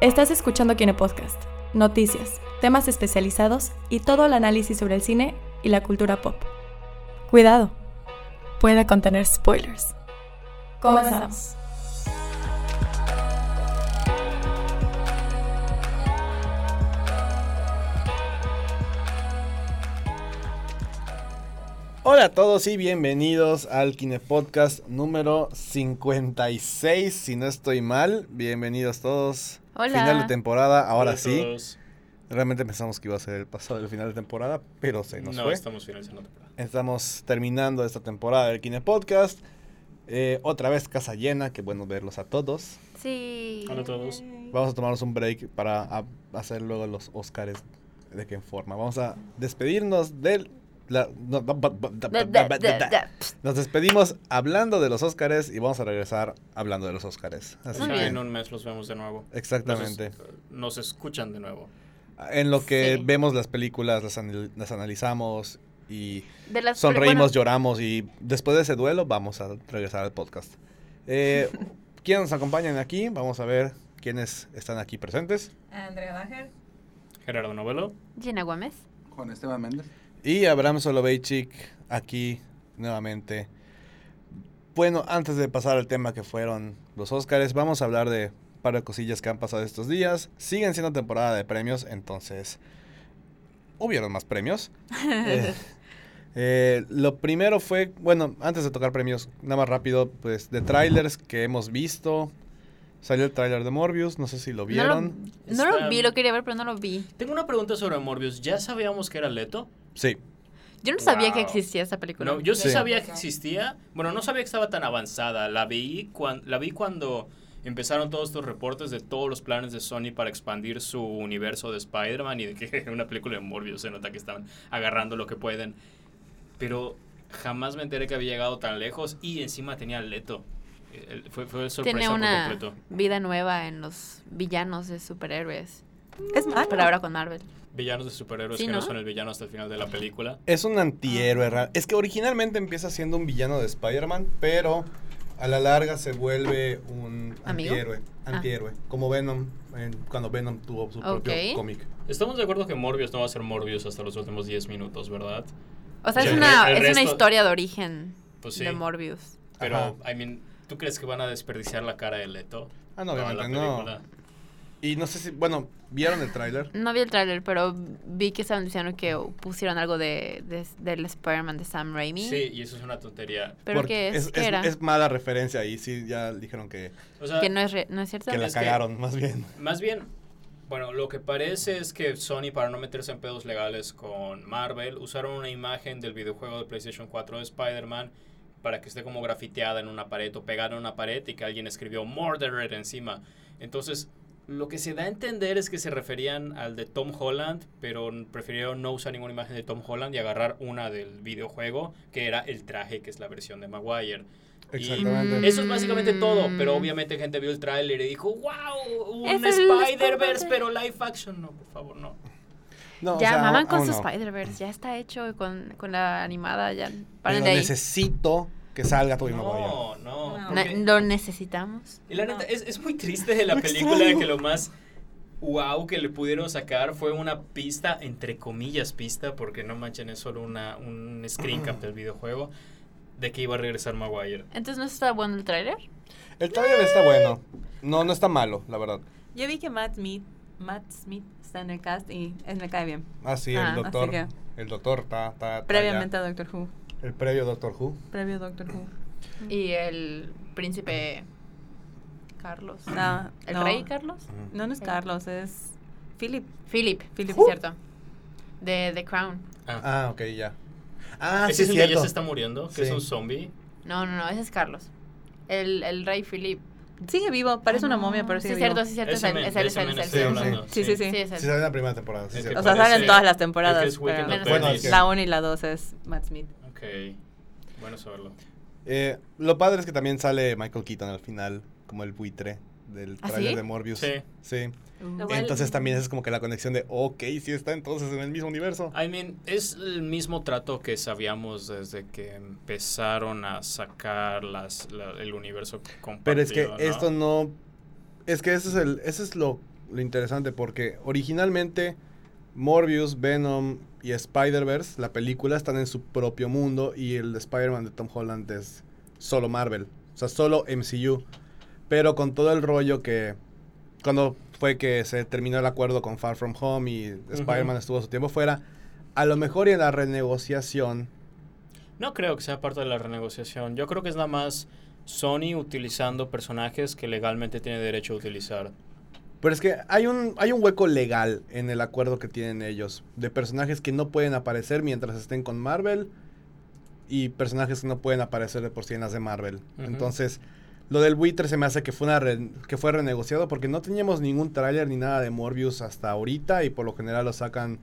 Estás escuchando Kine Podcast, noticias, temas especializados y todo el análisis sobre el cine y la cultura pop. Cuidado, puede contener spoilers. Comenzamos. Hola a todos y bienvenidos al Kine Podcast número 56, si no estoy mal. Bienvenidos todos. Hola. Final de temporada, ahora Hola a sí. todos. Realmente pensamos que iba a ser el pasado del final de temporada, pero se nos no, fue. estamos finalizando la temporada. Estamos terminando esta temporada del Kine Podcast. Eh, otra vez casa llena, qué bueno verlos a todos. Sí. Hola a todos. Vamos a tomarnos un break para a- hacer luego los Oscars de qué forma. Vamos a despedirnos del... la- no, da- ba- ba- da- Da, ba- da, ba- da, da- da. Pst. Nos despedimos hablando de los Óscares y vamos a regresar hablando de los Óscares. Así Muy Ya que, bien. en un mes los vemos de nuevo. exactamente. Nos, es- eh, nos escuchan de nuevo. En lo que Sí. vemos las películas, las, anal- las analizamos y De las- sonreímos, bueno, lloramos y después de ese duelo vamos a regresar al podcast. Eh, ¿Quiénes nos acompañan aquí? Vamos a ver quiénes están aquí presentes. Andrea Bajer. Gerardo Novelo. Gina Gómez. Juan Esteban Méndez. Y Abraham Soloveitchik aquí nuevamente. Bueno, antes de pasar al tema que fueron los Óscares, vamos a hablar de un par de cosillas que han pasado estos días. Siguen siendo temporada de premios, entonces hubieron más premios. Eh, eh, lo primero fue, bueno, antes de tocar premios, nada más rápido, pues de trailers que hemos visto. Salió el tráiler de Morbius, no sé si lo No lo, vieron. no lo Está- vi, lo quería ver, pero no lo vi. Tengo una pregunta sobre Morbius. ¿Ya sabíamos que era Leto? Sí, Yo no sabía que Wow. existía esa película. No, yo sí, Sí. sabía que existía. Bueno, no sabía que estaba tan avanzada. La vi, cuan- la vi cuando empezaron todos estos reportes de todos los planes de Sony para expandir su universo de Spider-Man y de que en una película de Morbius se nota que estaban agarrando lo que pueden. Pero jamás me enteré que había llegado tan lejos y encima tenía a Leto. Eh, Fue, fue sorpresa Tiene por una completo. vida nueva en los villanos de superhéroes. Es Ah, malo. Pero ahora con Marvel. Villanos de superhéroes Sí, que ¿no? no son el villano hasta el final de la película. Es un Ah. antihéroe raro. Es que originalmente empieza siendo un villano de Spider-Man, pero a la larga se vuelve un ¿Amigo? antihéroe. Ah. Antihéroe. Como Venom, en- cuando Venom tuvo su propio Ok. cómic. Estamos de acuerdo que Morbius no va a ser Morbius hasta los últimos 10 minutos, ¿verdad? O sea, Sí, es, el una, re- el es una resto- historia de origen Pues sí. de Morbius. Pero, Ajá. I mean, ¿tú crees que van a desperdiciar la cara de Leto? Ah, no, Toda la obviamente no. película. Y no sé si, bueno, ¿vieron el tráiler? No vi el tráiler, pero vi que estaban diciendo que pusieron algo de, de- del Spider-Man de Sam Raimi. Sí, y eso es una tontería. Pero Porque que es, ¿Qué era? es mala referencia ahí, sí, ya dijeron que, O sea, que no es, re- no es cierto. que la es que- cagaron, más bien. más bien, bueno, lo que parece es que Sony, para no meterse en pedos legales con Marvel, usaron una imagen del videojuego de PlayStation 4 de Spider-Man para que esté como grafiteada en una pared o pegada en una pared y que alguien escribió Murderer encima. Entonces, lo que se da a entender es que se referían al de Tom Holland, pero n- prefirieron no usar ninguna imagen de Tom Holland y agarrar una del videojuego, que era el traje, que es la versión de Maguire. Y Exactamente. Eso es básicamente todo, pero Mm. obviamente gente vio el tráiler y dijo, wow, un Es el Spider-Verse, Spider-Verse". pero live action, no, por favor, no. No, o ya sea, maman aún- con aún su no. Spider-Verse, ya está hecho con, con la animada, ya paren Pero de ahí. necesito que salga Tobey Maguire. No, no. No. porque- Ne- lo necesitamos. y la neta, es, es muy triste de la Lo película extraño. que lo más wow que le pudieron sacar fue una pista, entre comillas pista, porque no manchen, es solo una, un screen cap del videojuego, de que iba a regresar Maguire. Entonces no está bueno el tráiler. El tráiler está bueno. No, no está malo, la verdad. Yo vi que Matt Smith, Matt Smith está en el cast y él me cae bien. Ah, sí, Ah, el así doctor. que- El doctor está. está- está Previamente a Doctor Who. Ah, ya. El previo Doctor Who. Previo Doctor Who. Y el príncipe Carlos. Ah, No, ¿El no. rey Carlos? No, no es Carlos, es Philip. Philip. Philip. Uh. sí, cierto. De The Crown. Ah, Ah, ok, ya. Ah, ¿Ese sí, es es el que ya cierto. se está muriendo? ¿Que es Sí. un zombie? No, no, no, ese es Carlos. El, el rey Philip. Sigue vivo, parece Ah, una no. momia, pero sí. sigue es cierto, vivo. sí, es cierto. Es Ese él, men- es él, de es ese él, men es estoy él. hablando, Sí, sí, sí. Sí, es Sí, él. salió en la primera temporada. sí, Es es que cierto. O sea, salen Parece- todas las es que temporadas. es Weekend pero at Menos Bernie's. la 1 y la 2 es Matt Smith. Ok, bueno saberlo. Eh, lo padre es que también sale Michael Keaton al final, como el buitre del ¿Ah, trailer sí? de Morbius. Sí. Sí. Lo cual- Entonces también es como que la conexión de, ok, sí está entonces en el mismo universo. I mean, es el mismo trato que sabíamos desde que empezaron a sacar las, la- el universo compartido. Pero es que ¿no? esto no. Es que eso es, el, eso es lo lo interesante porque originalmente Morbius, Venom y Spider-Verse, la película, están en su propio mundo y el de Spider-Man de Tom Holland es solo Marvel, o sea, solo MCU. Pero con todo el rollo que cuando fue que se terminó el acuerdo con Far From Home y Spider-Man estuvo su tiempo fuera, a lo mejor y en la renegociación No creo que sea parte de la renegociación. Yo creo que es nada más Sony utilizando personajes que legalmente tiene derecho a utilizar. Pero es que hay un, hay un hueco legal en el acuerdo que tienen ellos de personajes que no pueden aparecer mientras estén con Marvel y personajes que no pueden aparecer de por sí en las de Marvel. Ujú. Entonces, lo del buitre se me hace que fue, una re- que fue renegociado porque no teníamos ningún tráiler ni nada de Morbius hasta ahorita y por lo general lo sacan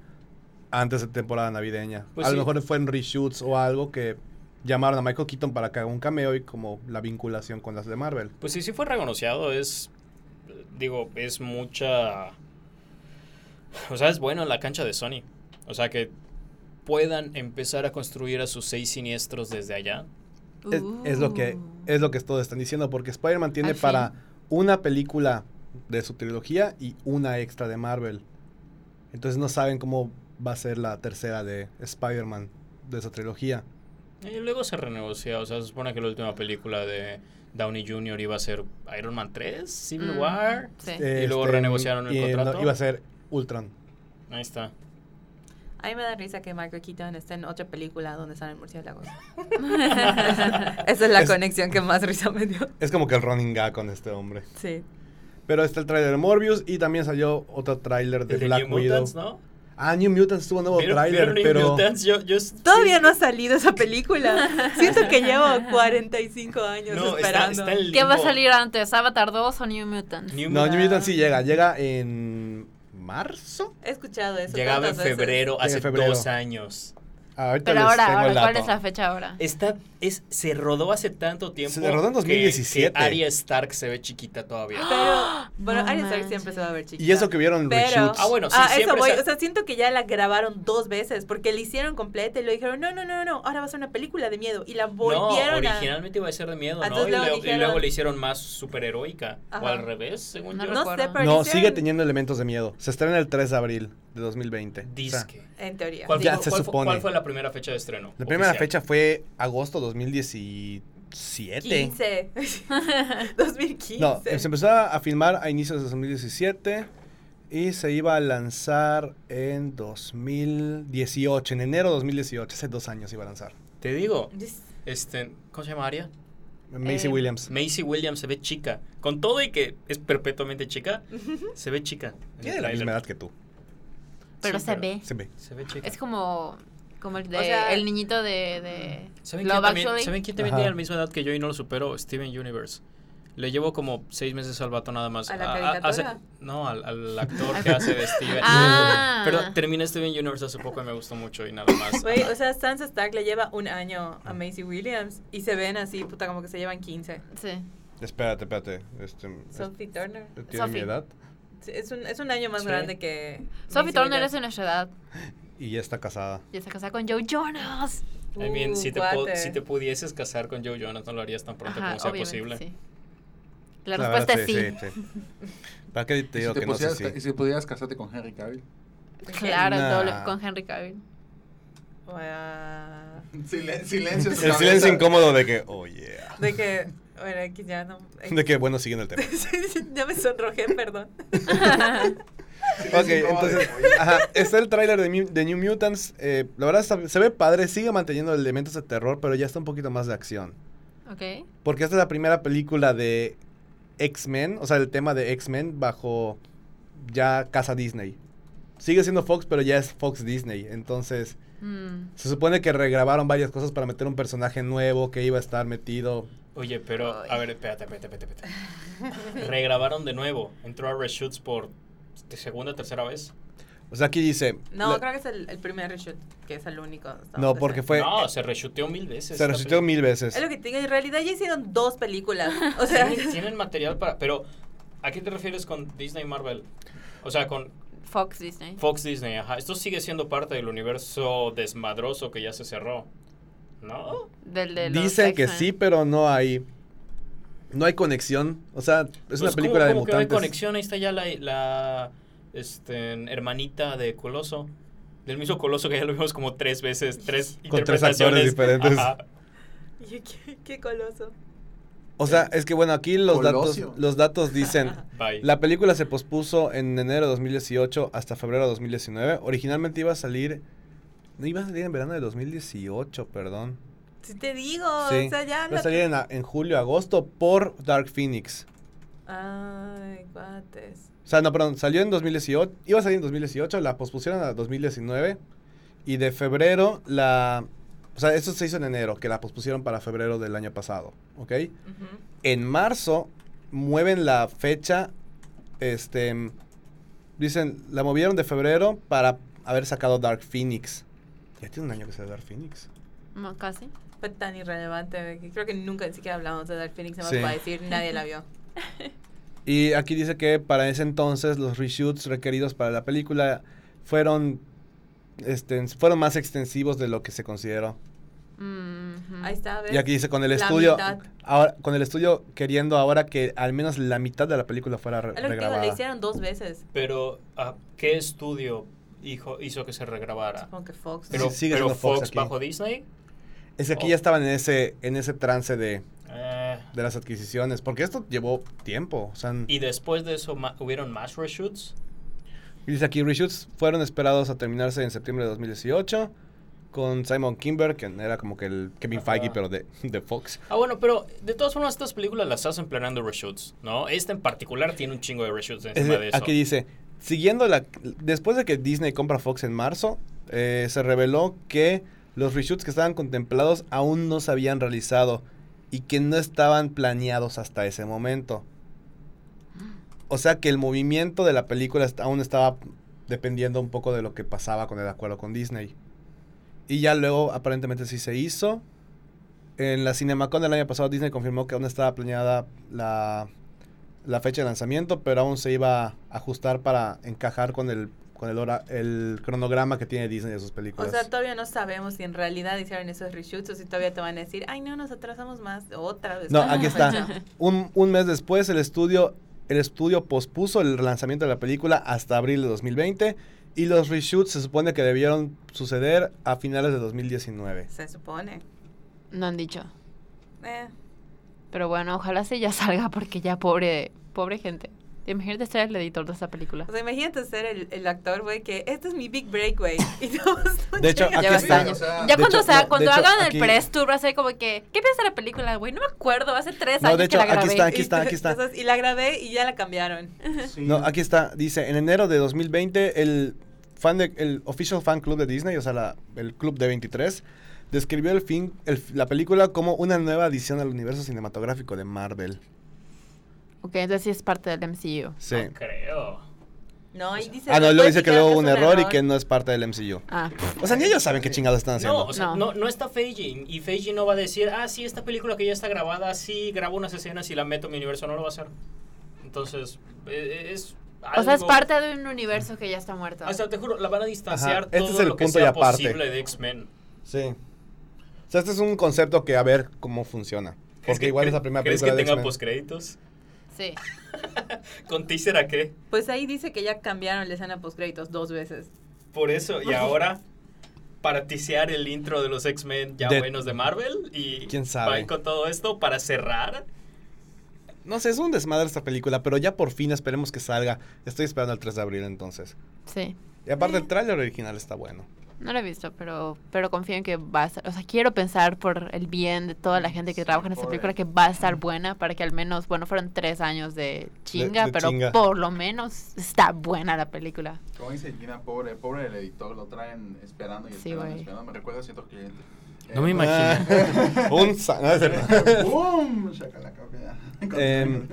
antes de temporada navideña. Pues a sí. lo mejor fue en reshoots o algo que llamaron a Michael Keaton para que haga un cameo y como la vinculación con las de Marvel. Pues sí, sí fue reconocido, es, digo, es mucha, o sea, es bueno en la cancha de Sony. O sea, que puedan empezar a construir a sus seis siniestros desde allá. Es, es lo Uh. que es lo que todos están diciendo porque Spider-Man tiene Al fin. para una película de su trilogía y una extra de Marvel. Entonces no saben cómo va a ser la tercera de Spider-Man de su trilogía. Y luego se renegocia, o sea, se supone que la última película de Downey Jr. iba a ser Iron Man 3, Civil Mm, War. Sí. Y luego renegociaron el Este, y no- contrato. iba a ser Ultron. Ahí está. A mí me da risa que Michael Keaton esté en otra película donde salen murciélagos. Esa es la Es- conexión que más risa me dio. Es como que el running gag con este hombre. Sí. Pero está el tráiler de Morbius y también salió otro tráiler de El de Black New Widow. Mutants, ¿no? Ah, New Mutants tuvo nuevo ¿Vieron- tráiler, vieron New pero Mutants? Yo- yo- Todavía no ha salido esa película. Siento que llevo 45 años No, está, esperando. está en ¿Qué va a limbo. salir antes? ¿Avatar 2 o New Mutants? New no, New Mutants Mutants sí llega, llega en marzo. He escuchado eso. llegaba en tantas veces. febrero, Llega en hace febrero. dos años. Ah, ahorita Pero les ahora, tengo el ahora ¿cuál dato. es la fecha ahora? Está, es, se rodó hace tanto tiempo. Se rodó en que- 2017. Que, Arya Stark se ve chiquita todavía. Ah, Pero, bueno, No Arya Stark siempre se va a ver chiquita. Y eso que vieron Pero- reshoots. Ah, bueno, sí, ah, eso siempre voy. sa- O sea, siento que ya la grabaron dos veces porque la hicieron completa y lo dijeron, no, no, no, no, ahora va a ser una película de miedo. Y la no, volvieron a... originalmente iba a ser de miedo, Ah, ¿no? entonces Y luego luego, y dijeron- luego le hicieron más superheroica. O Ajá. al revés, según No yo. No recuerdo. sé, pero le No, hicieron- sigue teniendo elementos de miedo. Se estrena el 3 de abril de 2020. O sea, Disque. En teoría. ¿Cuál, sí. Ya fue- se cuál fue- supone. cuál fue la primera fecha de estreno? la primera oficial? fecha fue agosto 2017. 15. 2015. No, eh, se empezó a filmar a inicios de 2017 y se iba a lanzar en 2018, en enero de 2018. Hace dos años iba a lanzar. Te digo, Yes. este, ¿cómo se llama Arya? Macy Eh, Williams. Macy Williams se ve chica. Con todo y que es perpetuamente chica, se ve chica. en el Tiene la tráiler. misma edad que tú. Pero sí, se pero- ve. Se ve. Se ve chica. Es como, como el, de, O sea- el niñito de, de ¿Saben quién Love también, Actually. ¿saben quién también Ajá. tiene la misma edad que yo y no lo supero? Steven Universe. Le llevo como seis meses al vato nada más. Ah, ¿A la hace- caricatura? no, al, al actor que hace de Steven. Ah. Pero terminé Steven Universe hace poco y me gustó mucho y nada más. Güey, o sea, Sansa Stark le lleva un año a Macy Williams y se ven así, puta, como que se llevan 15. Sí. Espérate, espérate. Este, Sophie Turner. ¿Tiene mi Sophie. edad? Sí, Es un, es un año más Sí. grande que. Sophie Macy Turner es Williams. de nuestra edad. Y ya está casada. Y está casada con Joe Jonas. I mean, Uh, si, te po- cuate. si te pudieses casar con Joe Jonas, no lo harías tan pronto Ajá, como sea obviamente, posible. sí. La La respuesta verdad, es sí. sí, sí. ¿Para qué te ¿Y si digo te que no sé pusieras- si? y si pudieras casarte con Henry Cavill. Claro, Nah. doble- con Henry Cavill. Guau. Silen- silencio. en su El cabeza. silencio incómodo de que, oh yeah. De que. Bueno, aquí ya no. De que, bueno, siguiendo el tema. ya me sonrojé, perdón. Silencio Ok, incómodo de, entonces, "Oye". ajá, está el tráiler de, Mu- de New Mutants. eh, la verdad, está- se ve padre, sigue manteniendo elementos de terror, pero ya está un poquito más de acción. Ok. Porque esta es la primera película de X-Men, o sea, el tema de X-Men bajo ya casa Disney. Sigue siendo Fox, pero ya es Fox Disney. Entonces, Mm. se supone que regrabaron varias cosas para meter un personaje nuevo que iba a estar metido. Oye, pero, a Ay. ver, espérate, espérate, espérate. espérate. Regrabaron de nuevo. Entró a Reshoots por segunda, tercera vez. O sea, aquí dice... No, la- creo que es el, el primer reshoot, que es el único. hasta No, donde porque sé. fue. no, se reshuteó mil veces. se esta resucitó película. mil veces. Es lo que te digo, en realidad ya hicieron dos películas. O sea, Tienen, tienen material para. Pero, ¿a qué te refieres con Disney y Marvel? O sea, con Fox Disney. Fox Disney, ajá. Esto sigue siendo parte del universo desmadroso que ya se cerró. ¿No? Del de los Dicen que X-Men. sí, pero no ahí. No hay conexión. O sea, es una Pues, película ¿cómo- de cómo que no hay mutantes. conexión, ahí está ya la, la, este, hermanita de Coloso. Del mismo Coloso que ya lo vimos como tres veces, tres Con tres interpretaciones. actores diferentes. Ajá. Y qué, qué coloso. O sea, es que bueno, aquí los Colosio. datos los datos dicen Bye. la película se pospuso en enero de 2018 hasta febrero de 2019. Originalmente iba a salir no iba a salir en verano de 2018, perdón. Si te digo, Sí, o sea, ya iba a anda. salir en, en julio agosto por Dark Phoenix. Ay, cuates. O sea, no, perdón, salió en 2018, iba a salir en 2018, la pospusieron a 2019 y de febrero la... O sea, esto se hizo en enero, que la pospusieron para febrero del año pasado, ¿ok? Ujú. En marzo mueven la fecha, este... Dicen, la movieron de febrero para haber sacado Dark Phoenix. Ya tiene un año que salió Dark Phoenix. No, casi. Fue tan irrelevante que creo que nunca ni siquiera hablamos de Dark Phoenix, nada más Sí. para decir, nadie la vio. Y aquí dice que para ese entonces los reshoots requeridos para la película fueron, este, fueron más extensivos de lo que se consideró. Mhm. Ahí está, ¿ves? Y aquí dice con el La estudio, mitad. ahora, con el estudio queriendo ahora que al menos la mitad de la película fuera re- Es lo que digo, le regrabada. hicieron dos veces. Pero, ¿a ¿qué estudio hijo, hizo que se Ah. regrabara? Supongo que Fox. Pero, Sí, sigue pero siendo Fox Fox, aquí. bajo Disney. Es que Oh. aquí ya estaban en ese, en ese trance de, Eh, de las adquisiciones, porque esto llevó tiempo. O sea, y después de eso ma- hubieron más reshoots. dice aquí reshoots fueron esperados a terminarse en septiembre de 2018 con Simon Kimber, que era como que el Kevin Ajá. Feige, pero de, de Fox. Ah, bueno, pero de todas formas estas películas las hacen planeando reshoots, ¿no? Esta en particular tiene un chingo de reshoots Es encima de- de eso. Aquí dice, siguiendo la... Después de que Disney compra Fox en marzo, eh, se reveló que los reshoots que estaban contemplados aún no se habían realizado y que no estaban planeados hasta ese momento. O sea que el movimiento de la película est- aún estaba dependiendo un poco de lo que pasaba con el acuerdo con Disney. Y ya luego aparentemente sí se hizo. En la Cinemacon del año pasado Disney confirmó que aún estaba planeada la, la fecha de lanzamiento, pero aún se iba a ajustar para encajar con el con el, hora- el cronograma que tiene Disney de sus O películas. sea, todavía no sabemos si en realidad hicieron esos reshoots o si todavía te van a decir, ay, no, nos atrasamos más otra vez. No, Ah, aquí fecha. está. Un, un mes después, el estudio, el estudio pospuso el lanzamiento de la película hasta abril de 2020 y los reshoots se supone que debieron suceder a finales de 2019. Se supone. No han dicho. Eh, Pero bueno, ojalá sí ya salga porque ya pobre, pobre gente. Imagínate ser el editor de esta película. O sea, imagínate ser el, el actor, güey, que este es mi big break, güey. Y todos no De hecho, llegan. aquí ya va está. a estar. O sea, ya de cuando, hecho, sea, no, cuando de hecho, hagan aquí- el press tour va a ser como que, ¿qué piensa de la película, güey? No me acuerdo, hace tres No, años de hecho, que la aquí grabé. está, aquí está, aquí Y, está. entonces- y la grabé y ya la cambiaron. sí. No, aquí está. Dice, en enero de 2020, el, fan de- el Official Fan Club de Disney, o sea, la- el club de 23, describió el fin, el- la película como una nueva adición al universo cinematográfico de Marvel. Ok, entonces sí es parte del MCU. Sí. No creo. No, y dice. Ah, no, luego después dice que dijeron luego hubo un es error y que no es parte del MCU. Ah, O sea, ni ellos saben qué chingados están haciendo. No, o sea, No. no, no está Feige. Y Feige no va a decir, ah, sí, esta película que ya está grabada, sí, grabo unas escenas y la meto en mi universo. No lo va a hacer. Entonces, eh, es. o sea, es algo- parte de un universo que ya está muerto. O sea, te juro, la van a distanciar Ajá, este todo es el lo que punto y sea aparte. posible de X-Men. Sí. O sea, este es un concepto que a ver cómo funciona. Porque ¿Crees que- igual cre- es la primera ¿Crees película que de tenga X-Men. postcréditos? Sí. ¿Con teaser a qué? Pues ahí dice que ya cambiaron la escena postcréditos dos veces. Por eso, Pues, y ahora, para tisear el intro de los X-Men ya De- buenos de Marvel y ¿Quién sabe? van con todo esto para cerrar. pues No sé, es un desmadre esta película, pero ya por fin esperemos que salga. Estoy esperando el 3 de abril entonces. Sí. Y aparte el tráiler original está bueno. No lo he visto, pero, pero confío en que va a estar. O sea, quiero pensar por el bien de toda Mm, la gente que Sí, trabaja en esta pobre. película que va a estar buena para que al menos, bueno, fueron tres años de chinga, de pero chinga. por lo menos está buena la película. Como dice Gina, pobre, pobre el editor, lo traen esperando y Sí, esperando, güey. esperando. Me recuerda a ciertos clientes. Eh, No me imagino. un sa- no, es verdad. ¡Boom! Shakalaka, ok, ya. Em,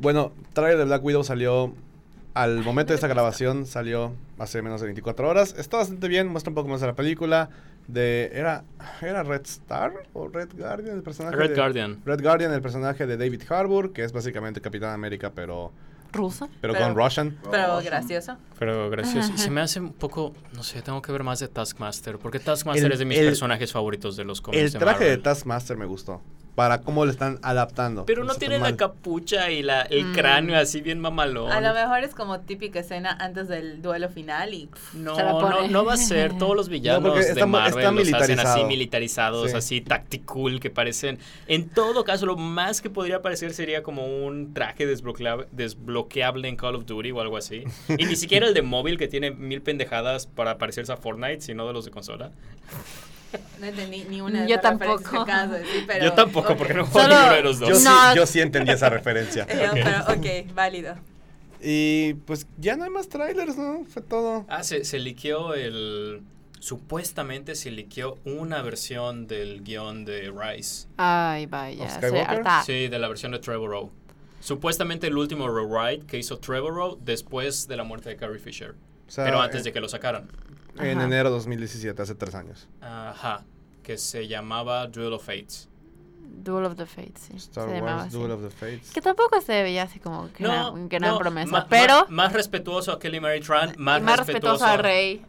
Bueno, trailer de Black Widow salió al momento de esta grabación, salió hace menos de 24 horas. Está bastante bien, muestra un poco más de la película. De, ¿era, ¿Era Red Star o Red Guardian el personaje? de- Red Guardian. Red Guardian, el personaje de David Harbour, que es básicamente Capitán América, pero, ¿Ruso? pero, Pero- con Russian. Pero gracioso. Pero gracias. Y Se me hace un poco, no sé, tengo que ver más de Taskmaster, porque Taskmaster El- es de mis el- personajes favoritos de los cómics El traje de Marvel. Taskmaster me gustó. para cómo lo están adaptando. Pero no Está tiene mal. la capucha y la, el Mm. cráneo así bien mamalón. A lo mejor es como típica escena antes del duelo final y No, Se la no, pone. no va a ser. Todos los villanos porque de está ma- Marvel los está hacen así militarizado. militarizados, Sí. así tactical, que parecen. En todo caso, lo más que podría parecer sería como un traje desbloqueable, desbloqueable en Call of Duty o algo así. Y ni siquiera el de móvil que tiene mil pendejadas para parecerse a Fortnite, sino de los de consola. no entendí ni una de Yo esas referencias que tampoco. acabas de decir, pero- Yo tampoco, ok. porque no juego Solo- ninguno de los dos. Yo, sí, No. yo sí entendí esa referencia. Eh, Pero ok, válido. Y pues ya no hay más trailers, ¿no? Fue todo. Ah, se, se liqueó el... Supuestamente se liqueó una versión del guión de Rice. Ay, ¿Of vaya. Soy Skywalker? harta. Sí, de la versión de Trevor Rowe. Supuestamente el último rewrite que hizo Trevor Rowe después de la muerte de Carrie Fisher. O sea, eh, pero antes de en- que lo sacaran. En Ajá. enero de 2017, hace tres años. Ajá. Que se llamaba Duel of Fates. Duel of the Fates, sí. Star se llamaba Wars, así. Duel of the Fates. Que tampoco se veía así como que era una gran no, promesa. ma- ma- pero Más respetuoso a Kelly Mary Tran, más, más, respetuoso a Rey,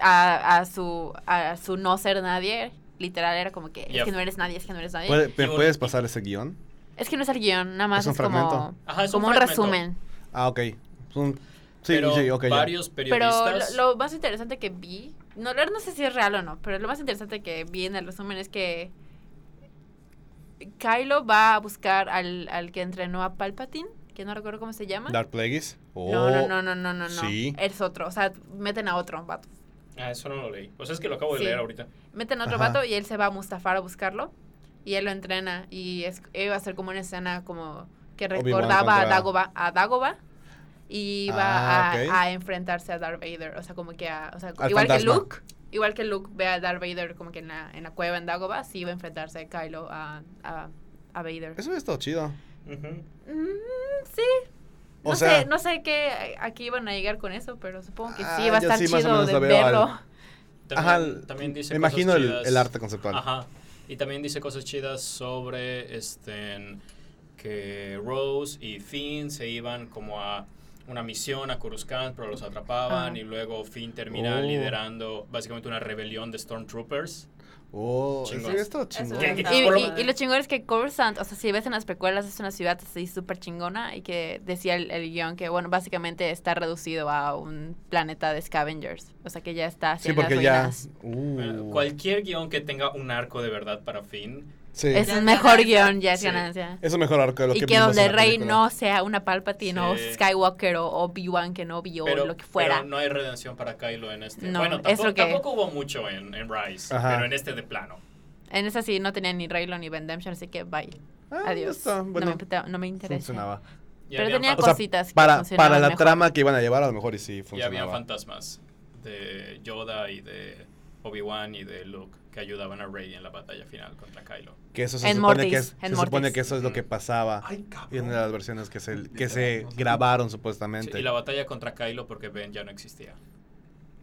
a, a su, a su no ser nadie. Literal, era como que Yep. es que no eres nadie, es que no eres nadie. ¿Puede- ¿Me Y un- puedes pasar ese guión? Es que no es el guión, nada más Es es, un como, fragmento. Ajá, es como un un fragmento. resumen. Ah, ok. Es un- Sí, pero sí, ok. ya. varios Pero periodistas... lo, lo más interesante que vi, no, la verdad no sé si es real o no, pero lo más interesante que vi en el resumen es que Kylo va a buscar al, al que entrenó a Palpatine, que no recuerdo cómo se llama. Dark Plagueis. No, Oh. no, no, no, no, no, no. sí. Es otro, o sea, meten a otro vato. Ah, eso no lo leí. Pues es que lo acabo de Sí. leer ahorita. Meten a otro Ajá. vato y él se va a Mustafar a buscarlo y él lo entrena y es, él va a hacer como una escena como que Obi-Wan recordaba a contra- Dagoba, a Dagoba y va Ah, a, ok. a enfrentarse a Darth Vader, o sea, como que a, o sea, Al igual fantasma. que Luke, igual que Luke ve a Darth Vader como que en la, en la cueva en Dagoba, sí va a enfrentarse a Kylo a, a, a Vader. Eso hubiera estado chido. Ujú. Mm, sí, O no sea, sé, no sé qué aquí iban a llegar con eso, pero supongo que Ah, sí va a yo estar sí más o chido menos de la veo al- verlo. ajá, También, también dice me cosas imagino el, chidas. el arte conceptual. Ajá. Y también dice cosas chidas sobre este que Rose y Finn se iban como a una misión a Coruscant, pero los atrapaban Ah. y luego Finn termina Oh. liderando básicamente una rebelión de Stormtroopers. Oh, eso Chingón. hubiera estado Eso chingón. hubiera ¿Qué- qué- estado Y, Por lo- y, y lo chingón es que Coruscant, o sea, si ves en las precuelas, es una ciudad así súper chingona y que decía el, el guión que, bueno, básicamente está reducido a un planeta de scavengers. O sea, que ya está así Sí, en las porque ya. ruinas. Uh, Eh, Cualquier guión que tenga un arco de verdad para Finn. sí. Es Ya un es mejor ganancia. guión, ya es Sí. ganancia. Es un mejor arco de lo Y que que donde el el rey no sea una Palpatine o Sí. Skywalker o Obi-Wan que no vio Pero, lo que fuera. pero no hay redención para Kylo en este. No, bueno, es tampoco, lo que- tampoco hubo mucho en, en Rise, Ajá. pero en este de plano. En esa sí no tenía ni Raylo ni Vendemption, así que bye. Adiós. Ah, bueno, no, me, peta- no me interesa. funcionaba. Y Pero habían tenía fa- O sea, cositas que para, funcionaban para la mejor. trama que iban a llevar, a lo mejor y sí Y había funcionaba. fantasmas de Yoda y de Obi-Wan y de Luke que ayudaban a Rey en la batalla final contra Kylo. Que eso se, En supone Mortis, que, es, en se supone Mortis. que eso es lo Mm. que pasaba en las versiones que se, que se grabaron Sí, supuestamente. y la batalla contra Kylo porque Ben ya no existía.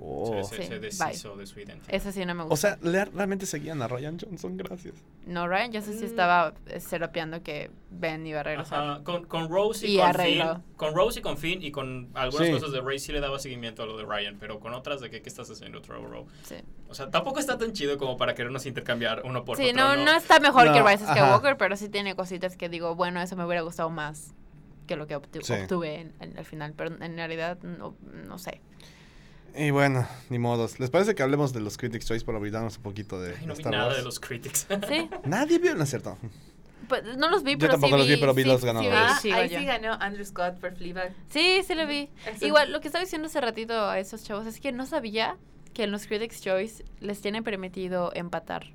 Oh. Se, se- Sí, se deshizo de su identidad. Esa sí no me gusta. O sea, le- realmente seguían a Ryan Johnson, gracias. No, Ryan, yo sé si Mm. estaba eh, serapeando que Ben iba a regresar. Ajá, Con, con Rose Y y, con arregló. Finn. Con Rose y con Finn y con algunas Sí. cosas de Rey sí le daba seguimiento a lo de Ryan, pero con otras de que qué estás haciendo, Trevor Rowe. Sí, O sea, tampoco está tan chido como para querernos intercambiar uno por Sí, otro. no, no está mejor que No, Rise ajá. Skywalker, pero sí tiene cositas que digo, bueno, eso me hubiera gustado más que lo que obtu- Sí. obtuve en- en- al final, pero en realidad no, no sé. Y bueno, ni modos. ¿Les parece que hablemos de los Critics' Choice para olvidarnos un poquito de Ay, no vi Star nada Wars? de los critics. Sí, Nadie vio, no es cierto. pues, no los vi, Yo pero tampoco sí los vi, pero vi sí- los sí ganadores. sí, Ah, ahí yo. sí ganó Andrew Scott por Fleabag. Sí, sí lo vi. Eso. Igual, lo que estaba diciendo hace ratito a esos chavos es que no sabía que en los Critics' Choice les tienen permitido empatar.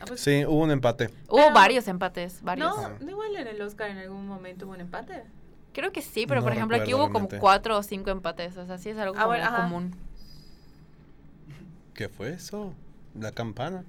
Ah, pues, Sí, hubo un empate. Hubo Pero- varios empates, varios. No, Ah. no igual en el Oscar en algún momento hubo un empate. Creo que sí, pero No por ejemplo aquí recuerdo hubo como realmente. cuatro o cinco empates, o sea, sí es algo Ah, bueno, como ajá. común. ¿Qué fue eso? La campana.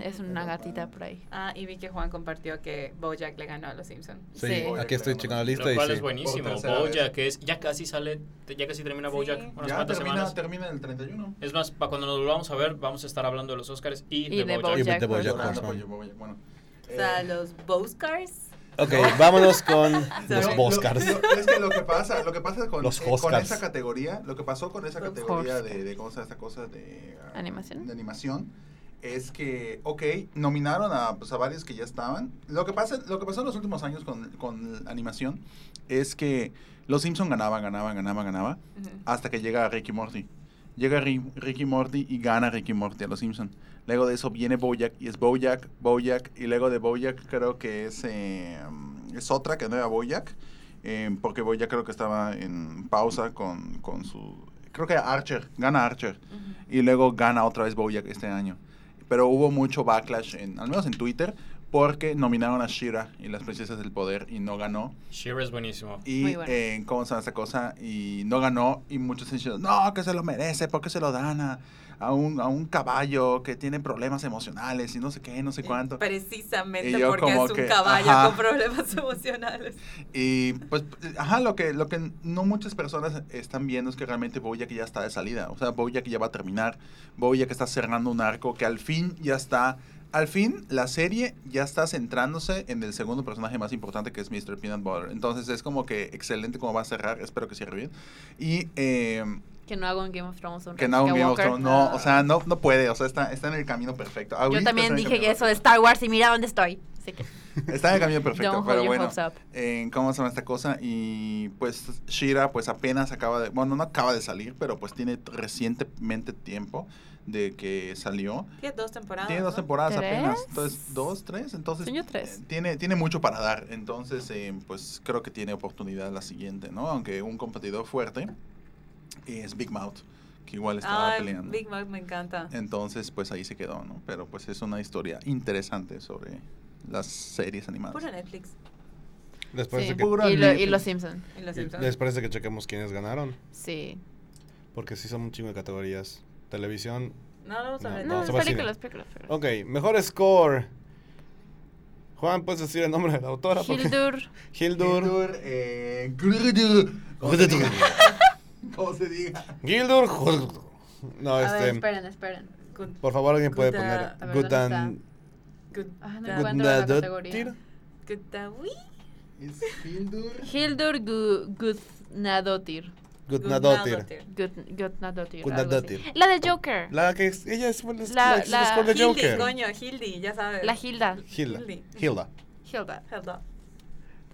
Es una gatita por ahí. Ah, y vi que Juan compartió que Bojack le ganó a los Simpsons. Sí, Sí. aquí estoy checando la lista Lo y cual sí. es buenísimo. Por tercera Bojack vez. que es, ya casi sale, ya casi termina Bojack Sí. unas ya cuantas termina, semanas. termina el 31. Es más, para cuando nos volvamos a ver, vamos a estar hablando de los Oscars y, Y de, de Bojack. Y de Bojack Horseman. Bojack Orlando, Horseman. pues, yo voy- bueno. O sea, Eh, los Boscars. Ok, vámonos con Sorry. los Oscars. Lo, lo- es que lo que pasa, lo que pasa con, Los eh, con Oscars. esa categoría, lo que pasó con esa Los categoría Oscars. de, de cosas, esta cosa de ah, Animación. de animación, es que, ok, nominaron a, pues, a varios que ya estaban. Lo que, pasa, lo que pasó en los últimos años con, con animación es que los Simpson ganaban, ganaban, ganaban, ganaban, hasta que llega Ricky Morty. Llega Ri- Ricky Morty y gana Ricky Morty a los Simpson. Luego de eso viene Bojack y es Bojack, Bojack, y luego de Bojack creo que es, eh, es otra que no era Bojack, eh, porque Bojack creo que estaba en pausa con, con su... Creo que Archer, gana Archer y luego gana otra vez Bojack este año. Pero hubo mucho backlash, en, al menos en Twitter, porque nominaron a Shira y las princesas del poder y no ganó. Shira es buenísimo. Y Muy bueno. eh, cómo se llama esta cosa y no ganó y muchos dicen, no, que se lo merece, porque se lo dan a, a un, a un caballo que tiene problemas emocionales y no sé qué, no sé cuánto. pues Precisamente Y yo porque como es un que, caballo ajá. con problemas emocionales. Y pues, ajá, lo que, lo que no muchas personas están viendo es que realmente Bojack ya está de salida. O sea, Bojack ya va a terminar. Bojack está cerrando un arco que al fin ya está... Al fin, la serie ya está centrándose en el segundo personaje más importante que es Mr. Peanut Butter. Entonces es como que excelente como va a cerrar. Espero que cierre bien. Y eh, Que no hago un Game of Thrones. Un que no haga un Game of Skywalker. Thrones. No, o sea, no, no puede. O sea, está, está en el camino perfecto. Ahorita Ah. Yo está en también el dije camino que eso de perfecto. Star Wars y mira dónde estoy. Así que, Está en el camino perfecto. Don't hold pero your bueno. hopes up. en cómo se llama esta cosa y pues Shira pues apenas acaba de bueno no acaba de salir pero pues tiene t- recientemente tiempo de que salió Tiene dos temporadas. tiene dos ¿no? temporadas Ah, ¿Tres? apenas entonces dos tres entonces Sueño tres. eh, tiene tiene mucho para dar entonces eh, pues creo que tiene oportunidad la siguiente no aunque un competidor fuerte es Big Mouth que igual estaba Ah, Ay, peleando Big Mac me encanta. entonces pues ahí se quedó no pero pues es una historia interesante sobre las series animadas Puro Netflix. ¿Les sí. parece, Pues Puro y, lo- y Netflix. los Simpsons. Y los que, Simpsons. ¿les parece que chequemos quiénes ganaron? Sí. Porque sí son un chingo de categorías. Televisión. No, no, No, sobre No, se las va a cine. películas, películas. películas. Ok, mejor score. Juan, ¿puedes decir el nombre de la autora? Porque- Hildur. pues. Hildur. Gildur, eh, Grrrr, ¿cómo se diga? ¿Cómo se diga? Hildur. No, A ver, este. esperen, esperen. Good- Por favor, alguien puede Guta- poner. a ver, ¿dónde Gutan. good- Ah, no da- encuentro la Gutnadottir. categoría. good da- uy. Es Gildur. Hildur Gu- Gutnadottir. Gutnadottir. Gut- Gutnadottir. Gutnadottir. algo así. La de Joker. La, La que es- ella es la, La- la, que hizo la- el score de Hildi, Joker. coño, Hildi, ya sabes. Hilda. Hilda. Hildi. Hilda. Hilda. Hilda.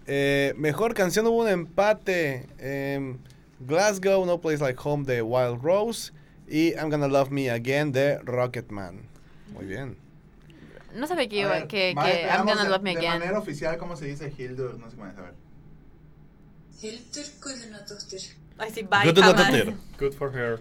Eh, mejor canción hubo un empate. em, Glasgow, No Place Like Home de Wild Rose. Y I'm Gonna Love Me Again de Rocketman. Muy bien. No sabía que, A iba- ver, que, vale, que I'm veamos gonna de- love me De manera again. oficial, ¿cómo se dice Hildur? No sé cómo es, a ver. Hildur Guðnadóttir. Ay, sí, bye, Gutnadottir. jamás. Good for her.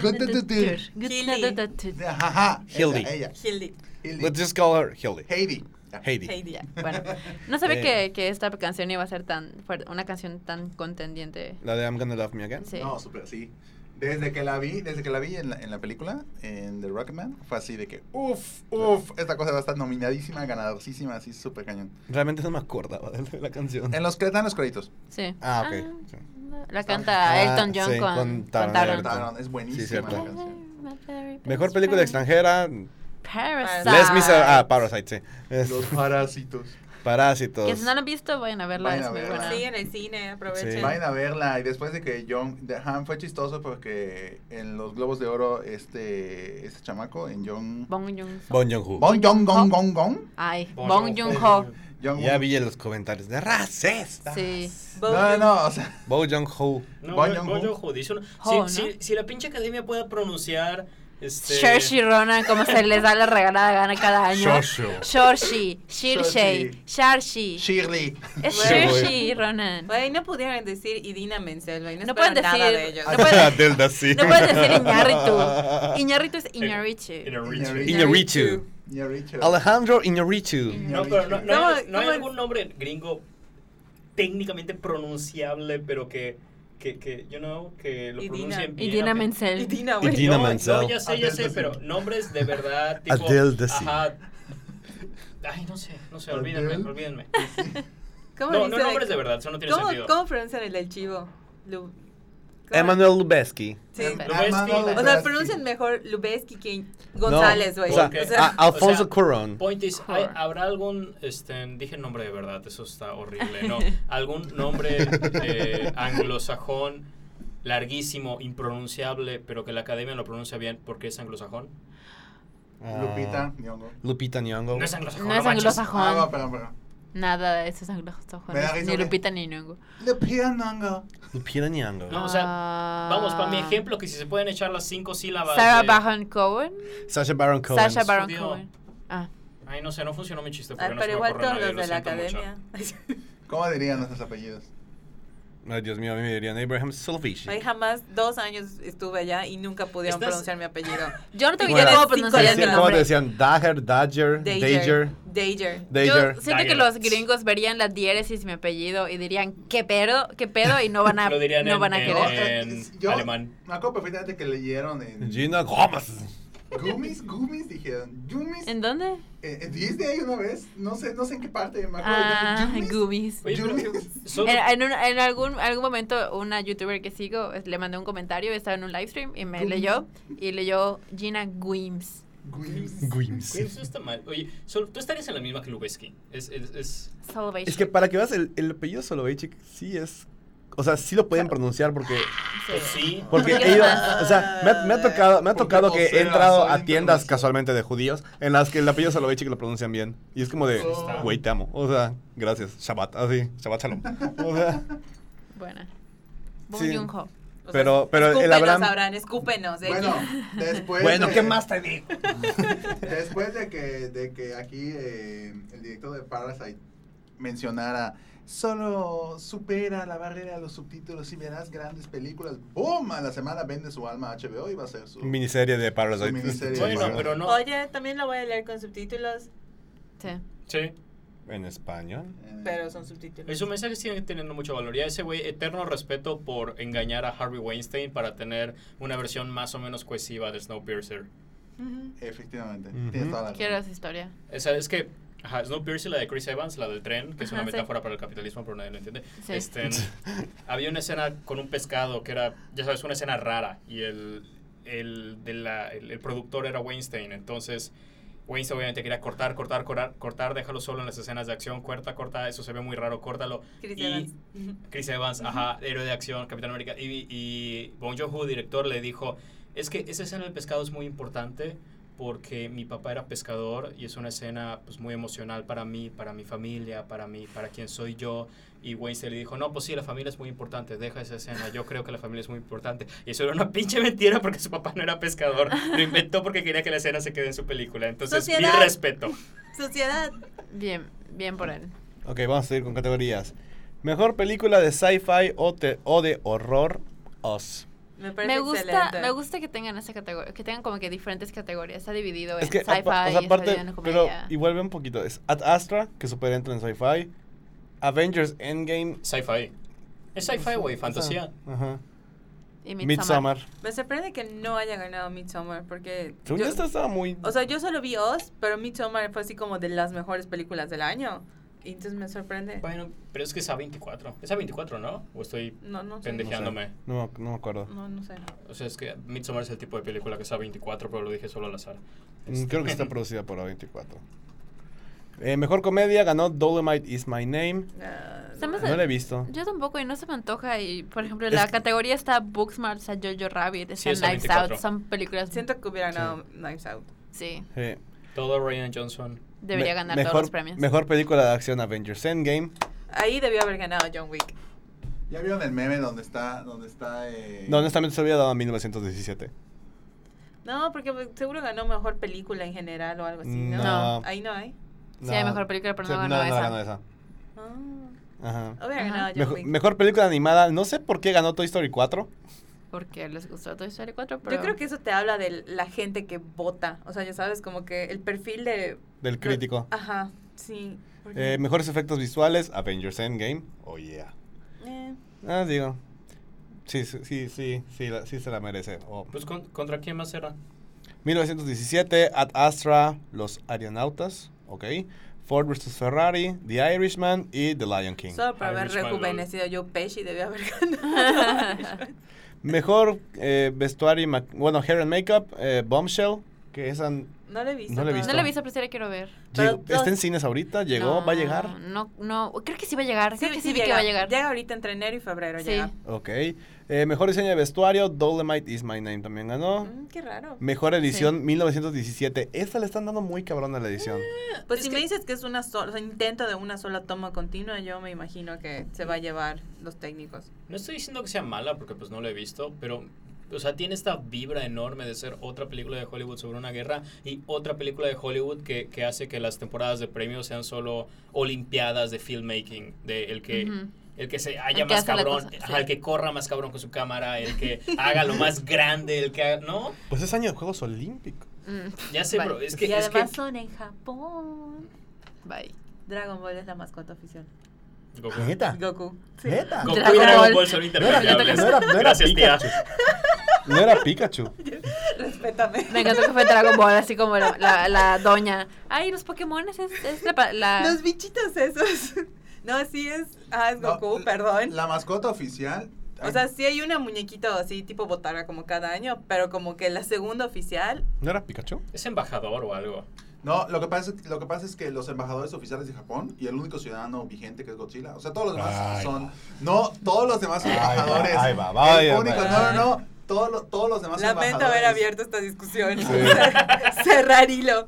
Gutnadottir. Gutnadottir. Ajá, Hildi. Ella, ella. Hildi. Hildi. Let's just call her Hildy. Heidi. Ya. Heidi. Heidi. Ya, bueno. No sabía Eh. que, que esta canción iba a ser tan fuerte, una canción tan contendiente. La de I'm Gonna Love Me Again. Sí. No, súper, sí. Desde que la vi, desde que la vi en la, en la película, en The Rocketman, fue así de que, uff, uff, esta cosa va a estar nominadísima, ganadosísima, así súper cañón. Realmente no me acordaba de la canción. En los que están los créditos. Sí. Ah, ok. Sí. La canta Elton Ah, John sí, con, con con Tarantino. Tarantino. Cantaron, Ah, Es buenísima cierto. la canción. Mejor película extranjera. Parasite. Les Miser. Ah, Parasite, sí. Es- Los parásitos. Parásitos. Que si no la han visto, vayan a verla. Vayan es a muy verla. buena. Sí, en el cine, aprovechen. Sí. Vayan a verla. Y después de que John de Han fue chistoso porque en los Globos de Oro, este, este chamaco, en John. Bong Joon Bon Joon-ho. Bon Jong Gong Gong Gong. Ay, Bong Bong Joon Ho. Jong- Ya vi en los comentarios de Ah, racista. Sí. Bo- No, no, o sea. Bo Jung-ho. No, Bong Bong Joon-ho. Bong Joon-ho, dice uno- Ho, si, ¿no? si- si la pinche academia puede pronunciar. Este, Saoirse Ronan, como se les da la regalada gana cada año. Saoirse, Saoirse. Shirshey, Sharshi. Shirley. Es Bueno. Saoirse Ronan. Güey, no pudieron decir Idina Menzel, güey. No, No espero pueden nada decir- de ellos. no pueden- Delta, sí. No puedes decir Iñarritu. Iñarritu es Iñarritu. Iñárritu. Iñárritu. Ya, Richard. Alejandro Iñárritu. No, pero no, no ¿Cómo- hay, no hay cómo- algún nombre gringo técnicamente pronunciable, pero que, que, que you know, que lo Idina. pronuncien bien. Y Dina ok. Menzel. Idina, güey. Idina. no, Menzel. No, ya sé, ya Adele sé, Dazeem. pero nombres de verdad, tipo... Adele Dazeem. Ajá. Ay, no sé, no sé, olvídenme, Adele. olvídenme. ¿Cómo No, no dice- nombres de verdad, eso no tiene ¿Cómo, sentido. ¿Cómo pronuncian el del chivo? Lu- ¿cómo? Emmanuel Lubezki. Sí. Lubezki. O sea, pronuncian mejor Lubeski que González, güey. O sea, Ok. O sea, a- Alfonso o sea, Cuarón. Point is, Core. ¿hay- ¿habrá algún, este, dije nombre de verdad, eso está horrible, no, algún nombre eh, anglosajón larguísimo, impronunciable, pero que la academia lo pronuncia bien porque es anglosajón? Ah. Lupita Nyong'o. Lupita Nyong'o. No es anglosajón. No es manches. Ah, no, anglosajón. perdón, perdón. Nada de eso es Me da risa anglosajón. Ni que- Lupita ni Nyong'o. Lupita Nyong'o. Lupita Nyong'o. No, o sea, Ah. Vamos, para mi ejemplo, que si se pueden echar las cinco sílabas. Sarah de- Baron Cohen. Sasha Baron Cohen. Sasha Baron Estudió. Cohen. Ah. Ay, no sé, no funcionó mi chiste. Ay, Porque no Ah, pero se me igual ocurre todos nadie, los lo de la siento mucho. academia. ¿Cómo dirían nuestros apellidos? Ay, Dios mío, a mí me dirían Abraham Solfish. Ay, jamás dos años estuve allá y nunca pudieron Estás- pronunciar mi apellido. Yo no te, Bueno, yo no puedo cinco pronunciar días mi de- ¿Cómo te nombre. decían? Dager, Dodger, Dager, Danger. Yo Dager. siento que Dyer. los gringos verían la diéresis de mi apellido y dirían, ¿qué pedo? ¿Qué pedo? Y no van a, Lo dirían no en- van a en- querer. En Yo alemán. Me acuerdo perfectamente que leyeron en Gina Gómez. Gummies, Gummies, dijeron. Gummies. ¿En dónde? eh, En Disney una vez, no sé, no sé en qué parte, me acuerdo. Ah, yo, Gummies. Goobies. Oye, pero Gummies. son- En, en un- en algún, algún momento una youtuber que sigo eh, le mandó un comentario, estaba en un live stream y me Goobies. leyó y leyó Gina Guims. Gummies. Guims. Güey, eso está mal. Oye, Sol, tú estarías en la misma que Lubeski. Es, es, es- Salvation. Es que para que veas, el, el apellido Soloveitchik sí es... O sea, sí lo pueden pronunciar porque... pues sí. Porque Dios. ellos, o sea, me, ha- me ha tocado, me ha Porque, tocado que o sea, he entrado soy a tiendas internacional. casualmente de judíos en las que el apellido Soloveitchik lo pronuncian bien. Y es como de, Oh. güey, te amo. O sea, gracias. Shabbat, así, Shabbat Shalom. O sea, Buena. Bong Sí. Joon-ho. O sea, pero, pero el escúpenos, Abraham... Abraham, escúpenos. X. Bueno, después. te de- digo? Después de que, de que aquí eh, el director de Parasite mencionara solo supera la barrera de los subtítulos y verás grandes películas, ¡boom! A la semana vende su alma a HBO y va a ser su... Miniserie de Parasite. Su miniserie. Sí, Bueno, sí. pero no. Oye, también la voy a leer con subtítulos, Sí. Sí. En español. eh, pero son subtítulos. Esos mensajes siguen teniendo mucho valor. Y a ese güey, eterno respeto por engañar a Harvey Weinstein para tener una versión más o menos cohesiva de Snowpiercer. Ujú. Efectivamente, Ujú. tienes toda la razón. Quiero esa historia. O sea, es que Eh, ajá, Snowpiercer, la de Chris Evans, la del tren, que es una Ajá, sí. metáfora para el capitalismo, pero nadie lo entiende. Sí. Este, había una escena con un pescado que era, ya sabes, una escena rara. Y el, el, de la- el, el productor era Weinstein. Entonces, Weinstein obviamente quería cortar, cortar, cortar, cortar, déjalo solo en las escenas de acción, corta, corta, eso se ve muy raro, córtalo. Chris Y- Evans. Chris Evans, ajá, héroe de acción, Capitán América. Y, y Bong Joon-ho, director, le dijo, es que esa escena del pescado es muy importante porque mi papá era pescador y es una escena pues, muy emocional para mí, para mi familia, para mí, para quien soy yo. Y Weinstein le dijo, no, pues sí, la familia es muy importante, deja esa escena, yo creo que la familia es muy importante. Y eso era una pinche mentira porque su papá no era pescador, lo inventó porque quería que la escena se quede en su película. Entonces, mi Sociedad. respeto. Sociedad. Bien, bien por él. Ok, vamos a seguir con categorías. Mejor película de sci-fi o, te- o de horror, Us. Me parece Me gusta, excelente. me gusta que tengan esa categoría, que tengan como que diferentes categorías. Está dividido Es en que, sci-fi, apa- o sea, está aparte, dividido en pero comedia. igual ve un poquito. Es Ad Astra, que super entra en sci-fi. Avengers Endgame. Sci-fi. Es sci-fi, güey, fantasía. Ajá. Y Midsommar. Me sorprende que no haya ganado Midsommar porque... Según yo, yo- esta estaba muy. O sea, yo solo vi Oz, pero Midsommar fue así como de las mejores películas del año. Y entonces me sorprende. Bueno, pero es que es A24. Es A24, ¿no? O estoy No, no sé. no, sé. pendejeándome. No me- no me acuerdo. No, no sé. O sea, es que Midsommar es el tipo de película que es A24, pero lo dije solo al azar. Mm, Creo que está producida por A24. Eh, mejor comedia ganó Dolomite Is My Name. Ah, Está más- No la he visto. Yo tampoco, y no se me antoja. Y, por ejemplo, Es la que- categoría está Booksmart, está Jojo Rabbit, Sí, está es Knives A24. Out. Son películas... Ah, Siento que hubiera ganado Knives Out. Sí, Eh, Todo Ryan Johnson. debería me- ganar mejor, todos los premios. Mejor película de acción Avengers Endgame. Ahí debió haber ganado John Wick. ¿Ya vieron el meme donde está... Donde está eh, No, honestamente se había dado a 1917. No, porque pues, seguro ganó mejor película en general o algo así, ¿no? No. Ahí no hay. Sí, hay mejor película, pero no Sí, ganó esa. Ah, ganó esa. Ah, Ajá. hubiera Ajá. ganado John Mejor, Wick. mejor película animada. No sé por qué ganó Toy Story 4. Porque les gustó Toy Story 4, pero... Yo creo que eso te habla de la gente que vota. O sea, ya sabes, como que el perfil de... Ah, Del crítico. Ajá, sí. porque- Eh, mejores efectos visuales. Avengers Endgame. Oh yeah. Eh. Ah, digo. Sí, sí, sí, sí, sí, la- sí se la merece. Oh. Pues, con- ¿contra quién más era? 1917, Ad Astra, Los Arianautas, ok. Ford vs. Ferrari, The Irishman y The Lion King. Solo para haber Irishman, lol. rejuvenecido yo Pesci debió haber ganado. Mejor eh, vestuario, y ma- bueno, hair and makeup, eh, Bombshell, que esa n- No lo he visto. No lo he todavía. visto. No la he visto, pero sí la quiero ver. Llegó- Pero ¿Está en los- cines ahorita? ¿Llegó? No, ¿Va a llegar? No, no, creo que sí va a llegar. creo que sí, vi que llega. va a llegar. Llega ahorita entre enero y febrero. Sí. Llega. Ok. Eh, mejor diseño de vestuario, Dolomite is my name también ganó. Mm, qué raro. Mejor edición, 1917. Esta le están dando muy cabrón a la edición. Pues Es si que- me dices que es una sola, o sea, intento de una sola toma continua, yo me imagino que se va a llevar los técnicos. No estoy diciendo que sea mala porque pues no lo he visto, pero o sea, tiene esta vibra enorme de ser otra película de Hollywood sobre una guerra y otra película de Hollywood que, que hace que las temporadas de premios sean solo olimpiadas de filmmaking, de el que Ujú. el que se haya El que más hace la cabrón, cosa, ajá, sí. el que corra más cabrón con su cámara, el que haga lo más grande, el que haga, no, Pues es año de Juegos Olímpicos. Mm. ya sé, Bye. pero es que y es que- además son en Japón. Bye. Dragon Ball es la mascota oficial. Goku. ¿Neta? Goku. Ah, Sí. ¿Neta? Goku y Dragon Dragon Ball. Ball son No era, no intercambiables. era, no era Gracias, tía. Pikachu. No era Pikachu. Respétame. Me encantó que fue Dragon Ball, así como la, la, la doña. Ay, los Pokémon es, es la, pa- la- Los bichitos esos. No, sí es. Ah, es No, Goku, l- perdón. La mascota oficial. o sea, sí hay una muñequita así, tipo Botara, como cada año, pero como que la segunda oficial. ¿No era Pikachu? Es embajador o algo. no, lo que, pasa, es- lo que pasa es que los embajadores oficiales de Japón y el único ciudadano vigente que es Godzilla. O sea, todos los demás Ay, son. No, todos los demás son Ay, va, embajadores. ay, va, vaya, el único, vaya. no, no, no. Todos, los- todos los demás son Lamento embajadores. haber abierto esta discusión. Sí. Cerrar hilo.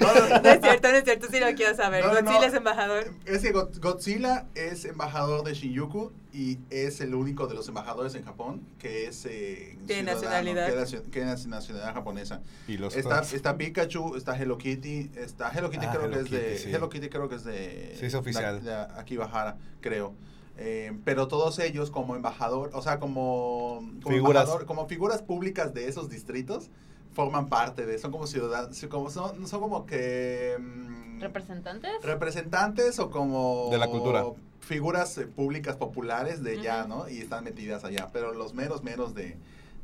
No, no, no. No es cierto, no es cierto, sí lo quiero saber. No, no, no. Godzilla es embajador. Es que Go- Godzilla es embajador de Shinjuku y es el único de los embajadores en Japón que es eh, Tiene ciudadano, nacionalidad. que es nacio- que es nacionalidad japonesa. Y los Está, otros. está Pikachu, está Hello Kitty, está Hello Kitty Ah, creo Hello que es de Kitty, sí. Hello Kitty creo que es de Sí, es oficial. de, de Akibahara, creo. Eh, pero todos ellos como embajador, o sea, como como, Figuras. embajador- como figuras públicas de esos distritos forman parte de, son como ciudadanos, como son, son como que mm, ¿Representantes? representantes o como De la cultura. figuras eh, públicas populares de allá, ¿no? Y están metidas allá, pero los meros meros de,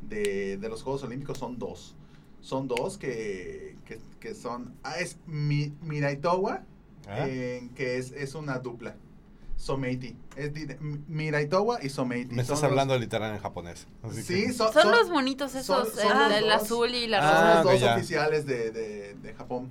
de, de los Juegos Olímpicos son dos. Son dos que, que, que son ah, es Mi- Miraitowa, Ah. eh, que es, es una dupla. Someiti. Es di- M- Miraitowa y Someiti. Me estás Son los- hablando literal en japonés. así Sí, que- son, Son son- los bonitos esos, son- son el, los el dos. azul y la son Ah, rosa. los dos ok, ya. oficiales de, de, de Japón.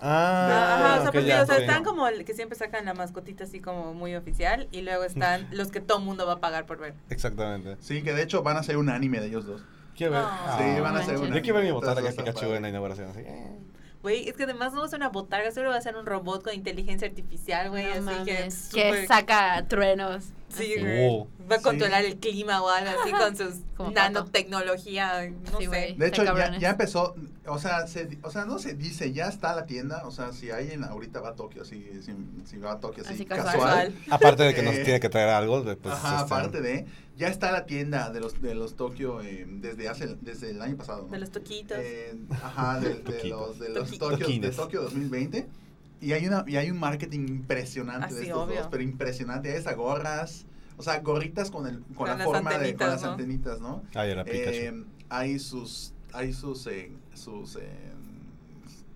Ah, Ajá, o sea, ok, pues sí, ya, o sea, ok. están como el que siempre sacan la mascotita así como muy oficial y luego están los que todo mundo va a pagar por ver. Exactamente. Sí, que de hecho van a hacer un anime de ellos dos. Quiero ver. Ah. sí, van a hacer manches. un Yo anime. quiero ver mi botarga que Entonces, es está Pikachu padre. en la inauguración. así, eh. Güey, es que además no va a ser una botarga, seguro va a ser un robot con inteligencia artificial, güey, No así que mames, súper- que saca truenos. Sí, güey. Oh. Va a Sí. controlar el clima o algo así con sus Como pato. nanotecnología, no Sí, sé. güey. De hecho, Está ya, cabrones. ya empezó, o sea, se di- o sea, no se dice, ya está la tienda, o sea, si alguien ahorita va a Tokio, si, si, si va a Tokio, así, Así casual. casual. Aparte de que nos Eh. tiene que traer algo, de- pues. Ajá, este, aparte de, ya está la tienda de los, de los Tokio eh, desde hace, desde el año pasado. ¿no? De los toquitos. Eh, ajá, de, de Toquitos. los, de los Toqui- Tokios de Toquines. Tokio 2020. Y hay, una, y hay un marketing impresionante Ah, de sí, estos obvio. dos, pero impresionante. Hay esas gorras, o sea, gorritas con, el, con, Con la las forma de, con antenitas, las ¿no? antenitas, ¿no? Ah, ya era Pikachu. Eh, hay sus hay sus eh, sus eh,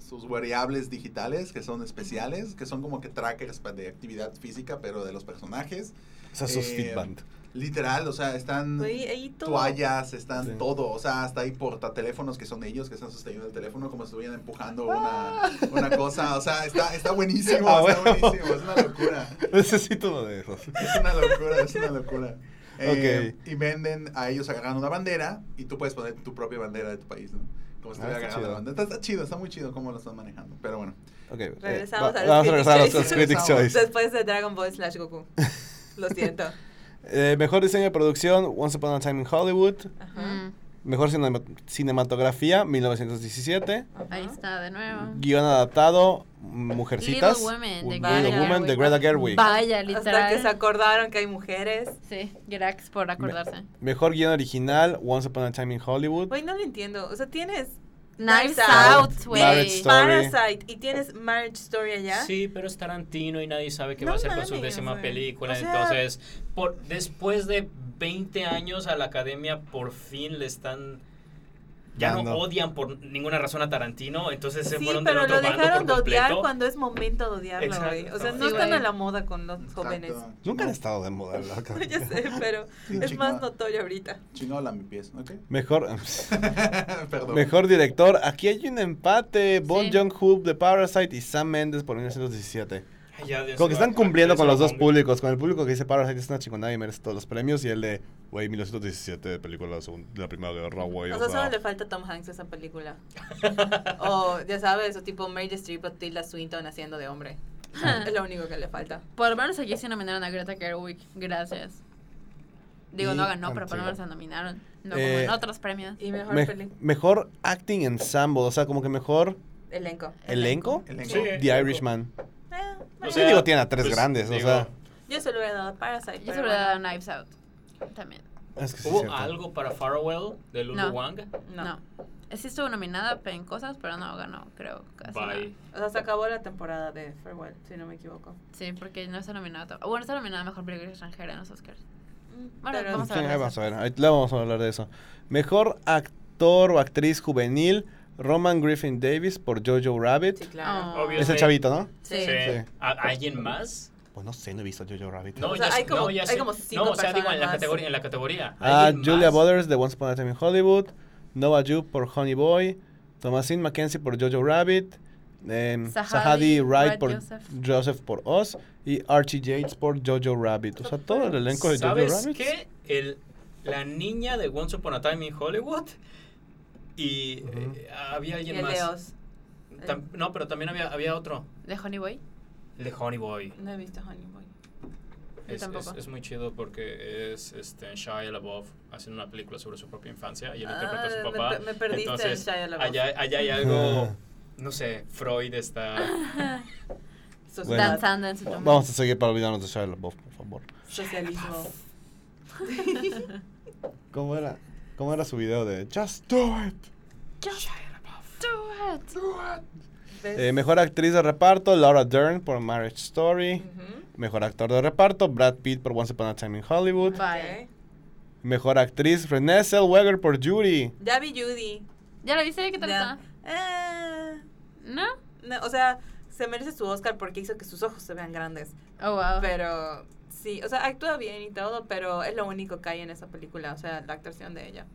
sus variables digitales que son especiales, que son como que trackers pa- de actividad física, pero de los personajes. Esa es sus eh, feedback. Literal, o sea, están Güey, ahí todo. toallas, están Sí. todo, o sea, hasta hay portateléfonos que son ellos que están sosteniendo el teléfono como si estuvieran empujando una, una cosa, o sea, está, está buenísimo, Ah, está bueno. buenísimo, es una locura. Necesito uno de esos. Es una locura, es una locura. Eh, y venden a ellos agarrando una bandera y tú puedes poner tu propia bandera de tu país, ¿no? Como si Ah, estuviera está agarrando chido. la bandera. Está, está chido, está muy chido cómo lo están manejando. Pero bueno, Ok, eh, Regresamos va- a los vamos a Critic regresar a los Choice. Critic Choice. Después de Dragon Ball slash Goku. Lo siento. Eh, mejor diseño de producción, Once Upon a Time in Hollywood. Ajá. Mm, Mejor cinema- cinematografía, 1917. ajá. Ahí está, de nuevo. Guión adaptado, Mujercitas. Little Women, de Un- Greta Little Women de Gerwig. Greta Gerwig. Vaya, Hasta que se literal. acordaron que hay mujeres. Sí, gracias por acordarse. Mejor guión original, Once Upon a Time in Hollywood. Güey, no lo entiendo. O sea, tienes Knives Knives Out, Out, Marriage güey. Story. Parasite y tienes Marriage Story allá. Sí, pero es Tarantino y nadie sabe qué No va a hacer con su mames, décima güey. película. O sea- Entonces, por, después de 20 años a la academia, por fin le están Ya Ando. no odian por ninguna razón a Tarantino, entonces se Sí, fueron del pero otro lo bando dejaron de por odiar completo. cuando es momento de odiarlo, güey. O sea, Exacto. no Sí, están güey. a la moda con los jóvenes. Exacto. Nunca han estado de moda, loco. Ya sé, pero Sí, es chingada. más notorio ahorita. Chingado la mi pies, ¿ok? Mejor, Perdón. mejor director. Aquí hay un empate. Bon Sí. Jong-hoop de Parasite y Sam Mendes por 1917. Ay, ya, Dios, Como que se va están a- cumpliendo se con va los a dos Bomber. públicos. Con el público que dice Parasite es una chingonada y merece todos los premios. Y el de, güey, 1917 de película de la, segun- de la Primera Guerra, güey. O o sea, sea. solo le falta Tom Hanks a esa película. o, ya sabes, o tipo Meryl Streep o Tilda Swinton haciendo de hombre. es lo único que le falta. Por lo menos aquí se nominaron a Greta Gerwig. Gracias. Digo, Y- no ganó, pero por lo sí. menos la nominaron. No como Eh, en otros premios. Y mejor Me- peli- mejor acting ensemble. O sea, como que mejor elenco. elenco. Elenco. Sí. The Irishman. Eh, O Sí, sea, digo, tiene a tres pues, grandes. digo, o sea, yo se lo hubiera dado a Parasite. Yo pero se lo hubiera dado bueno, Knives Out. También. es que sí es ¿Hubo cierto. algo para Farewell de Lulu No. Wang? No. No. Sí estuvo nominada en cosas, pero no ganó, creo. Casi Bye. nada. O sea, se acabó la temporada de Farewell, si no me equivoco. Sí, porque no está nominada. to- Bueno, está nominada a mejor película extranjera en los Oscars. Bueno, Pero- vamos a ver Sí, de eso. vamos a ver. Ahorita luego vamos a hablar de eso. Mejor actor o actriz juvenil. Roman Griffin Davis por Jojo Rabbit. Sí, claro. Oh. Obvio. Es el chavito, ¿no? Sí. Sí. ¿A- ¿Alguien más? Pues no sé, no he visto Jojo Rabbit. No, O sea, ya hay sé- como- no, ya hay sé. como cinco No, o sea, digo en personas la más. categoría. En la categoría. Ah, ¿Alguien Julia más? Butters de Once Upon a Time in Hollywood. Nova Jupe por Honey Boy. Thomasine Mackenzie por Jojo Rabbit. em, Sahadi Sahadi Wright Wright por Joseph. Joseph. por Oz. Y Archie Yates por Jojo Rabbit. O sea, todo el elenco de Jojo ¿Sabes Rabbit. qué? El, la niña de Once Upon a Time in Hollywood y Ujú. eh, había Y alguien el de más. Oz. eh. Tam- no, pero también había, había otro. ¿De Honey Boy? El de Honey Boy. No he visto Honey Boy. Yo Es, tampoco. es- es muy chido porque es este, Shia LaBeouf haciendo una película sobre su propia infancia y él Ah, interpreta a su me papá. pe- me perdiste en Entonces, Shia LaBeouf. Allá, allá hay algo, no sé, Freud está... Soci- Bueno. Danzando en su tumba. Vamos a seguir para olvidarnos de Shia LaBeouf, por favor. Socialismo. ¿Cómo era? ¿Cómo era su video de Just Do It? Do it. ¿Ves? Eh, mejor actriz de reparto, Laura Dern por Marriage Story. Ujú. Mejor actor de reparto, Brad Pitt por Once Upon a Time in Hollywood. Bye. Ok. Mejor actriz, Renée Zellweger por Judy. Ya vi Judy. ¿Ya lo viste? ¿Qué tal Ya. está? Ah, ¿No? no, o sea, se merece su Oscar porque hizo que sus ojos se vean grandes. Oh, wow. Pero sí, o sea, actúa bien y todo, pero es lo único que hay en esa película, o sea, la actuación de ella.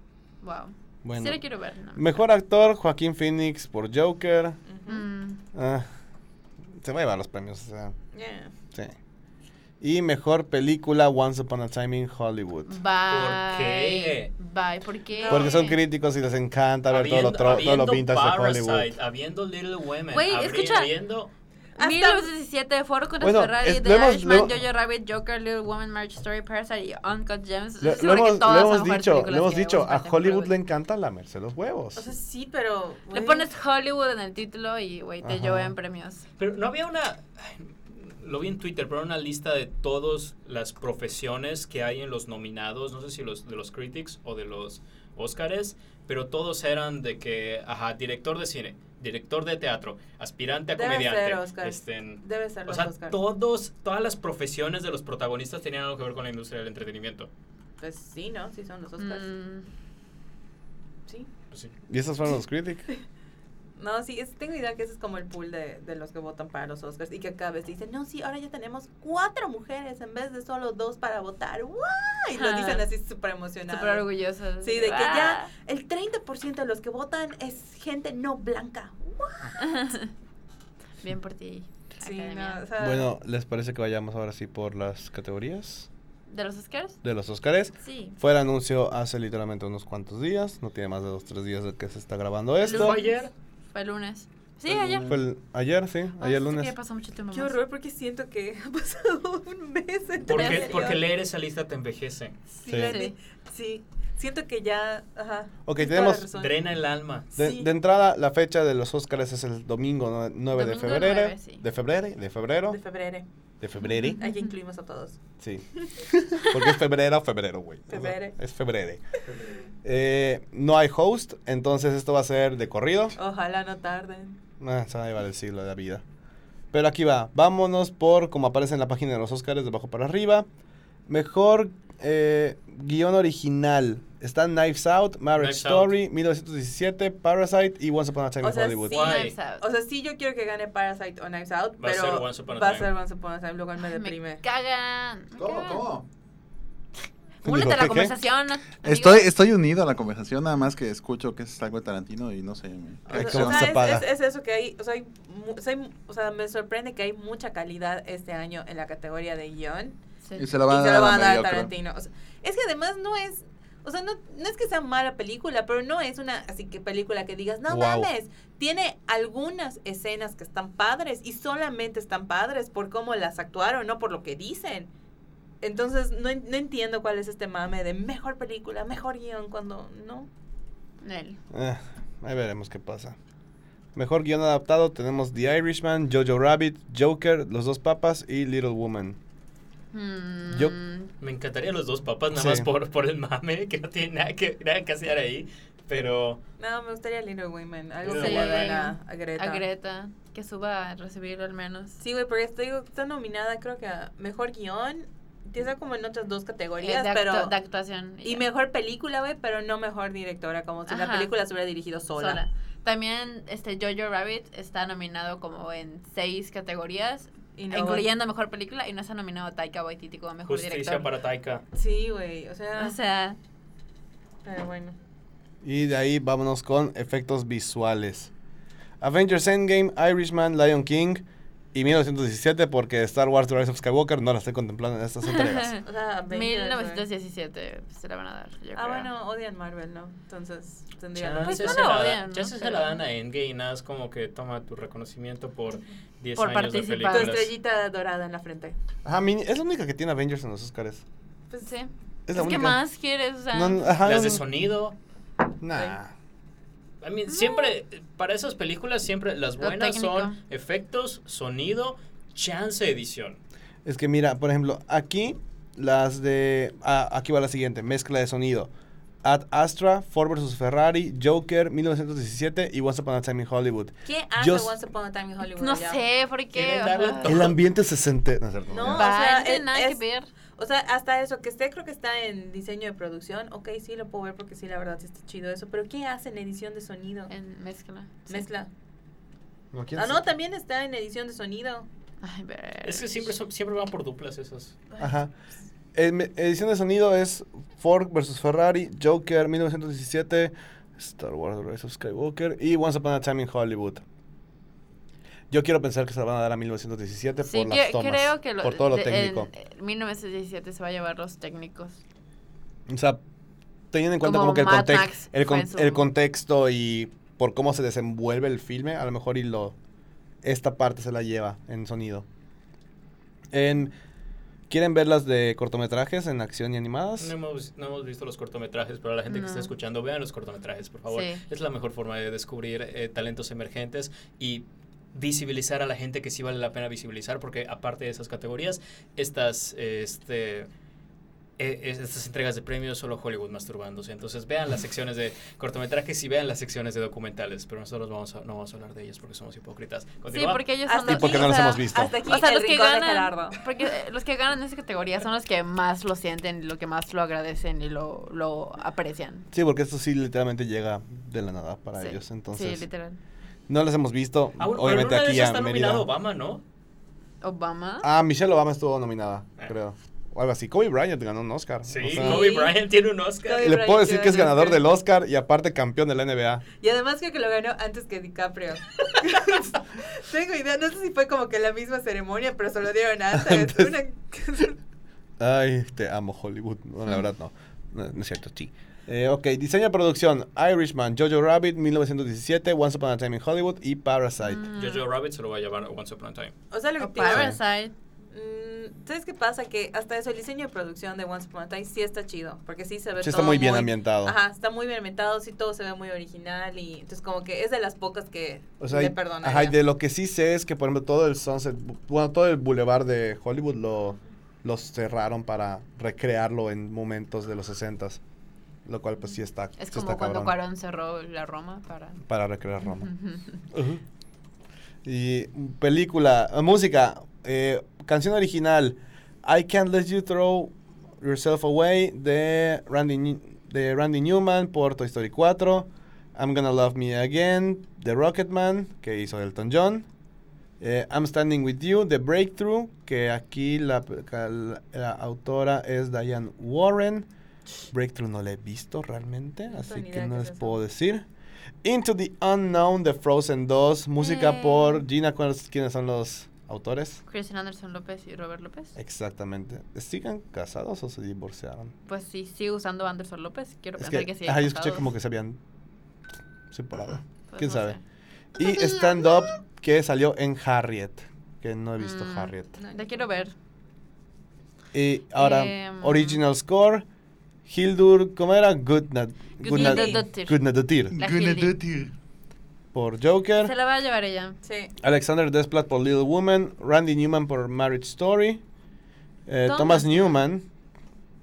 wow. Bueno. Sí la quiero ver. no. Mejor actor, Joaquín Phoenix por Joker. Ujú. Mm, Ah, se va a llevar los premios, o sea, Yeah. sí. Y mejor película, Once Upon a Time in Hollywood. Mm. ¿Por Bye. qué? Bye. ¿Por qué? Porque son críticos y les encanta ver todo lo, Habiendo- tro- todo lo habiendo vintage de Parasite, Hollywood. Habiendo Little Women, Güey, habri- escucha. habiendo- 1917, Ford contra Bueno, Ferrari, es- The lo hemos- Irishman, lo- Jojo Rabbit, Joker, Little Woman, Marriage Story, Parasite y Uncut Gems. Estoy Lo, lo segura que hemos, todas lo son hemos mejores dicho, películas lo hemos que este dicho, a Martin Hollywood Brewster. le encanta lamerse los huevos. O sea, sí, pero... Le güey. pones Hollywood en el título y, güey, te Ajá. llevan premios. Pero no había una. ay, Lo vi en Twitter, pero era una lista de todas las profesiones que hay en los nominados. No sé si los de los critics o de los Óscares. Pero todos eran de que, ajá, director de cine, director de teatro, aspirante a Debe comediante. ser Oscar. este, Debe ser o los sea, Oscar. todos, todas las profesiones de los protagonistas tenían algo que ver con la industria del entretenimiento. Pues sí, ¿no? Sí son los Oscars. Mm, Sí. Pues sí. Y esos fueron los critics. No, sí, es- tengo idea que ese es como el pool de, de los que votan para los Oscars y que cada vez dicen, no, sí, ahora ya tenemos cuatro mujeres en vez de solo dos para votar. ¡Wow! Y lo dicen así súper emocionados. Súper orgullosos. Sí, de que ya Ah. el 30% de los que votan es gente no blanca. ¡Wow! Bien por ti. Sí, Academia. no, o sea, Bueno, ¿les parece que vayamos ahora sí por las categorías ¿De los Oscars? de los Óscares? Sí. Fue el anuncio hace literalmente unos cuantos días, no tiene más de dos tres días de que se está grabando esto. ¿Fue ayer? Fue el lunes. Sí, Fue el ayer. lunes. Fue el- ayer, sí, Ay, ayer sí, lunes. que pasó mucho tiempo qué más. horror porque siento que ha pasado un mes entre ¿Por ¿En qué? medio. Porque leer esa lista te envejece. Sí. Sí, Lenny, sí. Siento que ya... Ajá. Ok, tienes tenemos- toda la razón. Drena el alma. De, Sí. de entrada, la fecha de los Óscares es el domingo ¿no? 9 de Domingo febrero. 9, sí. De febrero, de febrero, De febrero. de febrero. Aquí incluimos a todos. Sí. Porque es febrero, febrero, güey. O sea, Febrero. Es febrero. Eh, no hay host, entonces esto va a ser de corrido. Ojalá no tarden. Ah, se va a llevar el siglo de la vida. Pero aquí va. Vámonos por, como aparece en la página de los Oscars, de abajo para arriba. Mejor eh, guión original. Están Knives Out, Marriage Knives Out. Story, 1917, Parasite y Once Upon a Time O in sea, Hollywood. sí, Why? Knives Out. O sea, sí yo quiero que gane Parasite o Knives Out, Va a pero ser Once Upon a va a Time. ser Once Upon a Time, lo cual me Ay, deprime. Me cagan. me ¿Cómo? cagan. ¿Cómo? Únete a Digo, ¿qué, qué? la conversación. amigo. Estoy, estoy unido a la conversación, nada más que escucho que es algo de Tarantino y no sé. me- O sea, Ay, cómo o se sea, es- apaga. es, es eso que hay, o sea, hay mu- o sea, hay- o sea, me sorprende que hay mucha calidad este año en la categoría de guión Sí. Y se lo y van se a dar lo van a dar a mediocre. Tarantino. O sea, es que además no es, o sea, no, no es que sea mala película, pero no es una así que película que digas, no Guau. mames, tiene algunas escenas que están padres y solamente están padres por cómo las actuaron, no por lo que dicen. Entonces no, en- no entiendo cuál es este mame de mejor película, mejor guión, cuando no. Nel. Eh, ahí veremos qué pasa. Mejor guión adaptado tenemos The Irishman, Jojo Rabbit, Joker, Los Dos Papas y Little Woman. Mm, Yo- Me encantaría los dos papas, nada Sí. más por, por el mame, que no tiene nada que, nada que hacer ahí. Pero No, me gustaría Little Women, algo Sí. que le den a, a Greta. A Greta. Que suba a recibir al menos. Sí, güey, porque estoy, está nominada creo que a Mejor Guión, está como en otras dos Eh, categorías, de, actu- pero... de actuación. Y ya. Mejor Película, güey, pero no Mejor Directora, como si la Ajá. película se hubiera dirigido sola. sola. También este Jojo Rabbit está nominado como en seis categorías, Y no- incluyendo mejor película y no está nominado Taika Waititi como mejor justicia director. para Taika. Sí, güey, o sea... O sea, pero bueno. Y de ahí vámonos con efectos visuales. Avengers Endgame, Irishman, Lion King y 1917 porque Star Wars The Rise of Skywalker no la estoy contemplando en estas entregas. O sea, Avengers, güey. 1917 se la van a dar. yo creo. Ah, bueno, odian Marvel, ¿no? Entonces, tendría... Chance Pues no se lo la odian, dan- ¿no? chance se Pero- la dan a Endgame, nada, es como que toma tu reconocimiento por 10 Por años participar. de Tu películas. estrellita dorada en la frente. Ajá, mini- es la única que tiene Avengers en los Oscars. Pues Sí. Es Es, que la única. más quieres, o sea, No, ah. no, ajá, Las de no- sonido. Nah. A mí siempre, eh, para esas películas, siempre las Lo buenas son técnico. efectos, sonido, chance edición. Es que mira, por ejemplo, aquí las de... ah, aquí va la siguiente, mezcla de sonido. Ad Astra, Ford vs. Ferrari, Joker, 1917 y Once Upon a Time in Hollywood. ¿Qué hace Yo- Once Upon a Time in Hollywood? no ya? sé por qué. Quieren o darle sea, todo. El ambiente se siente... No, es cierto, No, ya. o sea, va, no tiene nada es- que ver. O sea, hasta eso, que esté, creo que está en diseño de producción. Ok, sí, lo puedo ver porque sí, la verdad, sí está chido eso. Pero ¿qué hace en edición de sonido? En mezcla. sí. Mezcla. No, ¿quién Ah, es? no, también está en edición de sonido. Ay, ver. Es que siempre, son, siempre van por duplas esas. Ajá. Em- Edición de sonido es Ford vs. Ferrari, Joker 1917, Star Wars The Rise of Skywalker y Once Upon a Time in Hollywood. Yo quiero pensar que se la van a dar a 1917 Sí, por las que- tomas, creo que lo, por todo lo de- técnico. En eh, 1917 se va a llevar los técnicos. O sea, teniendo en cuenta como, Como que el, Mad context- Max el, fue con- en su- el contexto y por cómo se desenvuelve el filme, a lo mejor y lo esta parte se la lleva en sonido. En, ¿Quieren ver las de cortometrajes en acción y animadas? No hemos, no hemos visto los cortometrajes, pero la gente que está No. escuchando, vean los cortometrajes, por favor. Sí. Es la mejor forma de descubrir eh, talentos emergentes y visibilizar a la gente que sí vale la pena visibilizar, porque aparte de esas categorías, estas, eh, este, eh, es- estas entregas de premios solo Hollywood masturbándose. Entonces vean las secciones de cortometrajes y vean las secciones de documentales, pero nosotros vamos a- no vamos a hablar de ellas porque somos hipócritas. Sí, Continúa. porque ellos Hasta son los, Y porque no o los sea, hemos visto. Hasta aquí O sea, el los que rincón de ganan, Gerardo. porque eh, los que ganan en esa categoría son los que más lo sienten, y los que más lo agradecen y lo, lo aprecian. Sí, porque esto sí literalmente llega de la nada para Sí, ellos. Entonces, Sí, literal. no las hemos visto. Ah, bueno, pero en obviamente una de aquí esas a está Mérida. nominado Obama, ¿no? Obama. Ah, Michelle Obama estuvo nominada, Ah. creo. O algo así. Kobe Bryant ganó un Oscar. Sí, o sea, Kobe Bryant tiene un Oscar. Kobe Le puedo Bryant decir que es ganó un ganador Oscar. del Oscar y aparte campeón de la NBA. Y además creo que lo ganó antes que DiCaprio. Tengo idea, no sé si fue como que la misma ceremonia, pero se lo dieron antes. Antes. Una- Ay, te amo Hollywood. No, la verdad no. No, no es cierto, sí. Eh, ok, diseño de producción. Irishman, Jojo Rabbit, 1917, Once Upon a Time in Hollywood y Parasite. Mm. Jojo Rabbit se lo va a llevar a Once Upon a Time. o sea, lo O que te digo, Parasite. mm, ¿Sabes qué pasa? Que hasta eso, el diseño de producción de Once Upon a Time sí está chido, porque sí se ve Sí, está todo muy bien ambientado. Ajá, está muy bien ambientado, sí todo se ve muy original y entonces como que es de las pocas que O sea, le y- perdonaría. ajá, y de lo que sí sé es que, por ejemplo, todo el Sunset, bu- bueno, todo el boulevard de Hollywood lo, lo cerraron para recrearlo en momentos de los 60 Lo cual, pues sí está. Es sí como está cuando cabrón Cuarón cerró la Roma para... Para recrear Roma. Ujú. Y mm, película, eh, música, eh, canción original: I Can't Let You Throw Yourself Away de Randy, Ni- de Randy Newman por Toy Story 4, I'm Gonna Love Me Again, The Rocketman, que hizo Elton John, eh, I'm Standing With You, The Breakthrough, que aquí la, la- la autora es Diane Warren. Breakthrough no la he visto realmente, No así tengo ni que idea no qué es les eso. puedo decir. Into the Unknown, The Frozen 2, música Eh. por Gina, ¿cuáles- ¿quiénes son los autores? Christian Anderson López y Robert López. Eh. Exactamente. ¿Sigan casados o se divorciaron? Pues sí, sigo usando Anderson López. Quiero Es pensar que, que, sí. ajá, yo escuché como que se habían separado. Pues ¿Quién no sabe? sé. Y Stand Up, que salió en Harriet, que no he visto Mm, Harriet. La quiero ver. Y ahora, Em, Original Score, Hildur, ¿cómo era? Gudnad- Gudnadottir. Gudnad- Gudnadottir, La Gonna Hildy. do it. por Se Joker, la va a llevar ella. Sí. Alexander Desplat por Little Woman, Randy Newman por Marriage Story, eh, Thomas Thomas Newman,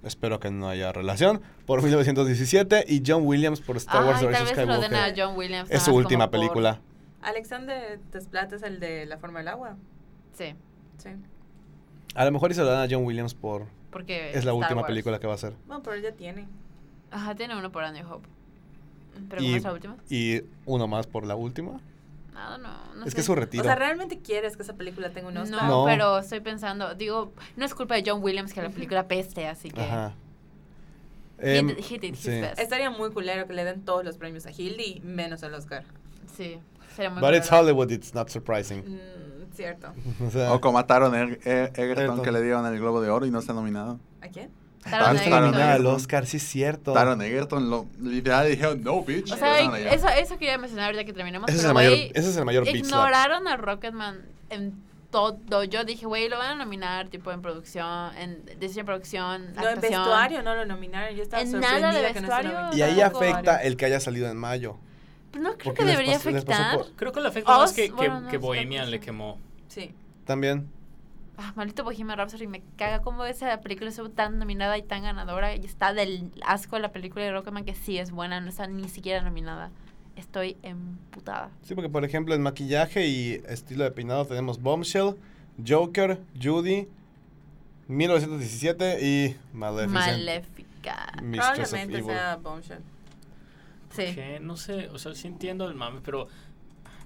espero que no haya relación, por 1917 y John Williams por Star Wars Ay, tal vs. vez se lo den a Skywalker. John Williams. Es nada su más última como por- película. Alexander Desplat es el de La Forma del Agua. Sí, Sí. A lo mejor hizo la a John Williams por... porque. Es la Star última Wars. película que va a hacer. Bueno, pero él ya tiene. Ajá, tiene uno por A New Hope. ¿Pero Y- cómo es la última? Y uno más por la última. Nada, no. no es sé. que es su O retiro. sea, ¿realmente quieres que esa película tenga un No, Oscar? No. pero estoy pensando. Digo, no es culpa de John Williams que la película peste, así que. Ajá. He Em, did- he did his sí. best. Estaría muy culero que le den todos los premios a Hildy, menos el Oscar. Sí, sería muy But it's bueno. Hollywood, it's not surprising. Mm, cierto. O sea, O como mataron a Er- Er- Ah. Egerton Egerton. que le dieron el Globo de Oro y no está nominado. ¿A quién? Taron no está Egerton. nominada al Oscar, sí es cierto. Taron Egerton lo literal dijeron, no, bitch. O lo dejaron sea, allá. eso, eso quería mencionar ya que terminamos. Ese es, pero, el mayor, güey, ese es el mayor bitch slap. Ignoraron a Rocketman en todo. Yo dije, güey, lo van a nominar tipo en producción, en diseño de producción, No, en actuación. vestuario no lo nominaron. Yo estaba En nada de sorprendida que no se vestuario. nominaron. Y ahí Tampoco afecta vale. el que haya salido en mayo. Pero no creo Porque que les debería pasó- les pasó afectar. por- Creo que le afecta más Oz, que, que, bueno, no, que es otra Bohemian le cosa. quemó. Sí. También. Ah, maldito Bohemian Rhapsody, me caga cómo esa película estuvo tan nominada y tan ganadora. Y está del asco la película de Rocketman, que sí es buena, no está ni siquiera nominada. Estoy emputada. Sí, porque por ejemplo en maquillaje y estilo de peinado tenemos Bombshell, Joker, Judy, 1917 y Maleficent. Maléfica. Mm. Mistress of Probablemente Evil. sea Bombshell. Sí. Que no sé, o sea, sí entiendo el mame, pero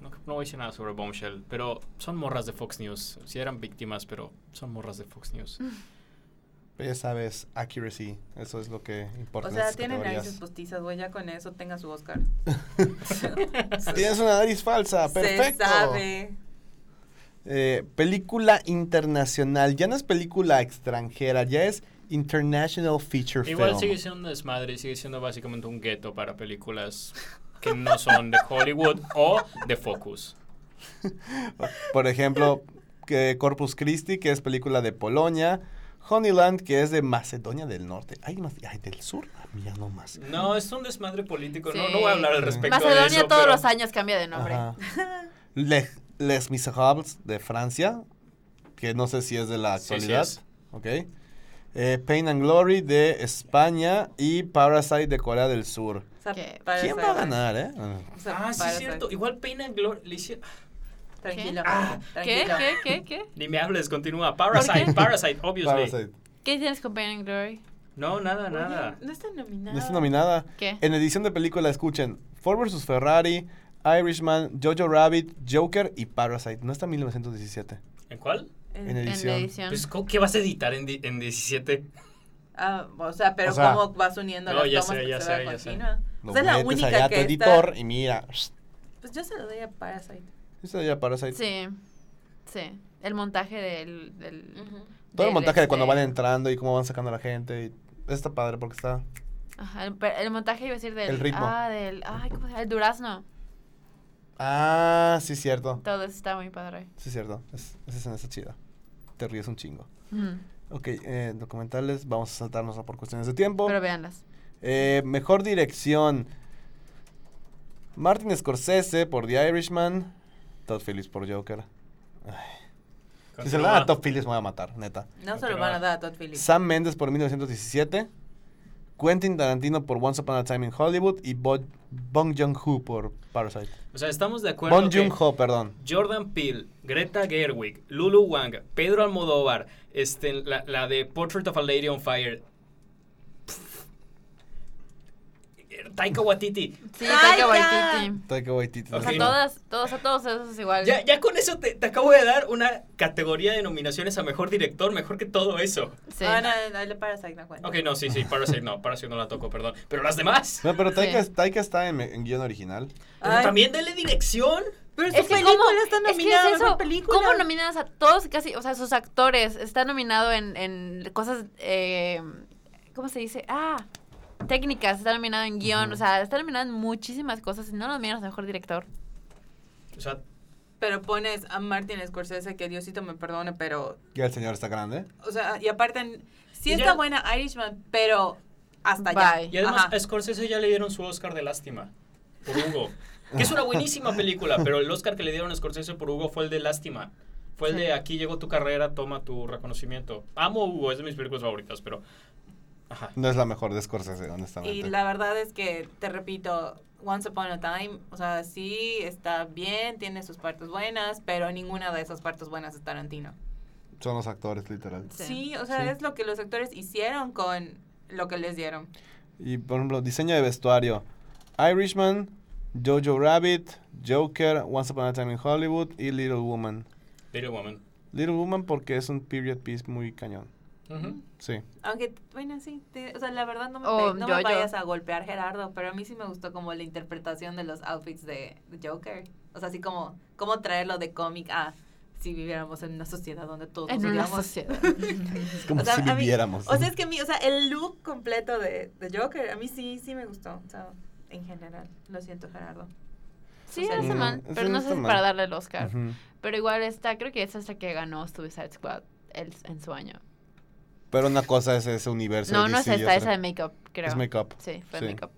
no, no voy a decir nada sobre Bombshell. Pero son morras de Fox News. Sí eran víctimas, pero son morras de Fox News. Pero ya sabes, accuracy, eso es lo que importa. O en sea, estas tiene categorías. narices postizas, güey. Ya con eso tenga su Oscar. Tienes una nariz falsa, Ah, perfecto. Se sabe. Eh, película internacional, ya no es película extranjera, ya es International Feature Igual Film. sigue siendo un desmadre, sigue siendo básicamente un gueto para películas que no son de Hollywood o de Focus. Por ejemplo, que Corpus Christi, que es película de Polonia. Honeyland, que es de Macedonia del Norte. Ay, más- ay, del sur, ah, mira nomás. No, es un desmadre político. Sí. No, no voy a hablar al respecto de Macedonia eso. todos pero- los años cambia de nombre. Ajá. Le- Les Miserables de Francia, que no sé si es de la Sí, sí actualidad. es. Ok. Eh, Pain and Glory de España y Parasite de Corea del Sur. O sea, ¿Qué? para ¿Quién va a saber. ganar, eh? Ah. O sea, Ah, sí, para es cierto. Ah, saber. Igual Pain and Glory. le hice- Tranquilo. ¿Qué? tranquilo. ¿Qué? ¿Qué? ¿Qué? Ni me hables, continúa. Parasite, Parasite, obviously. Parasite. ¿Qué tienes con Pain and Glory? No, nada, Oye, nada. No está nominada. No está nominada. ¿Qué? En edición de película, escuchen Ford vs. Ferrari, Irishman, Jojo Rabbit, Joker y Parasite. No está 1917. ¿En cuál? Eh, En En edición. la edición. Pues, ¿co- ¿Qué vas a editar en, di- en 17? ah, o sea, pero O sea- ¿cómo vas uniendo No, las ya tomas sé, que ya se vea sé, ya sé. continua? Lo O sea, es la metes única allá a tu que está- editor y mira. Pues yo se lo doy a Parasite. Eso ya Parasite. Sí. Sí. El montaje del. del Todo el del, montaje de cuando este, van entrando y cómo van sacando a la gente. y- Está padre porque está. Ajá, el, pe- el montaje iba a decir del. El ritmo. Ah, del. Ay, ¿cómo se llama? El durazno. Ah, sí, cierto. Todo eso está muy padre. Sí, cierto. Es, esa escena está chida. Te ríes un chingo. Ujú. Ok, eh, documentales. Vamos a saltarnos por cuestiones de tiempo. Pero véanlas. Eh, mejor dirección. Martin Scorsese por The Irishman. Todd Phillips por Joker. Ay, Si se lo dan a Todd Phillips me voy a matar, neta. No se lo pero- van a dar a Todd Phillips. Sam Mendes por 1917. Quentin Tarantino por Once Upon a Time in Hollywood. Y Bo- Bong Joon-ho por Parasite. O sea, estamos de acuerdo Bong que Joon-ho, perdón. Jordan Peele, Greta Gerwig, Lulu Wang, Pedro Almodóvar, este, la, la de Portrait of a Lady on Fire. Pff. Taika Waititi. Sí, Taika Ay, ya. Waititi. Taika Waititi. O sea, Ok. todas, todos, a todos esos es igual. Ya, ya con eso te, te acabo de dar una categoría de nominaciones a mejor director, mejor que todo eso. Sí. Ah, no, no, ahí le paras ahí, no cuenta. Ok, no, sí, sí, Parasite no, Parasite no la toco, perdón. Pero las demás. No, pero Taika, Sí. Taika está en, en guión original. Pero Ay, también denle dirección. Pero su Es que, ¿cómo, película está es que es nominada a mejor eso, película. ¿cómo nominas a todos casi, o sea, sus actores? Está nominado en, en cosas, eh, ¿cómo se dice? Ah, técnicas, está nominado en guión, Ujú. o sea, está nominado en muchísimas cosas y no nominas a mejor director. O sea, Pero pones a Martin Scorsese, que Diosito me perdone, pero... Ya el señor está grande. O sea, y aparte, sí Y está ya- buena Irishman, pero hasta Bye. allá. y además Ajá. a Scorsese ya le dieron su Oscar de lástima por Hugo. Que es una buenísima película, pero el Oscar que le dieron a Scorsese por Hugo fue el de lástima. Fue el Sí. de aquí llegó tu carrera, toma tu reconocimiento. Amo a Hugo, es de mis películas favoritas, pero. Ajá. No es la mejor de Scorsese, Y honestamente. la verdad es que, te repito, Once Upon a Time, o sea, sí está bien, tiene sus partes buenas, pero ninguna de esas partes buenas es Tarantino. Son los actores, literal. Sí. Sí, o sea, Sí. es lo que los actores hicieron con lo que les dieron. Y por ejemplo, diseño de vestuario. Irishman, Jojo Rabbit, Joker, Once Upon a Time in Hollywood y Little Woman. Little Woman. Little Woman porque es un period piece muy cañón. Ujú. Sí. Aunque, bueno, sí, te- o sea, la verdad no, me, O pe- no yo-yo. me vayas a golpear, Gerardo, pero a mí sí me gustó como la interpretación de los outfits de de Joker. O sea, así como, como traerlo de cómic a si viviéramos en una sociedad donde todos En una viviéramos. sociedad. Es como O sea, si a mí- viviéramos. O sea, es que a mí, o sea, el look completo de, de Joker, a mí sí, sí me gustó. O sea, en general. Lo siento, Gerardo. Sí, O sea, no está mm, mal, sí, pero no está sé si mal. para darle el Oscar. Ujú. Pero igual está, creo que esa es la que ganó Suicide Squad el- en su año. Pero una cosa es ese universo. No, de no es DC y esta, esa otra- de Make Up, creo. Es make-up. Sí, fue Sí. Make Up.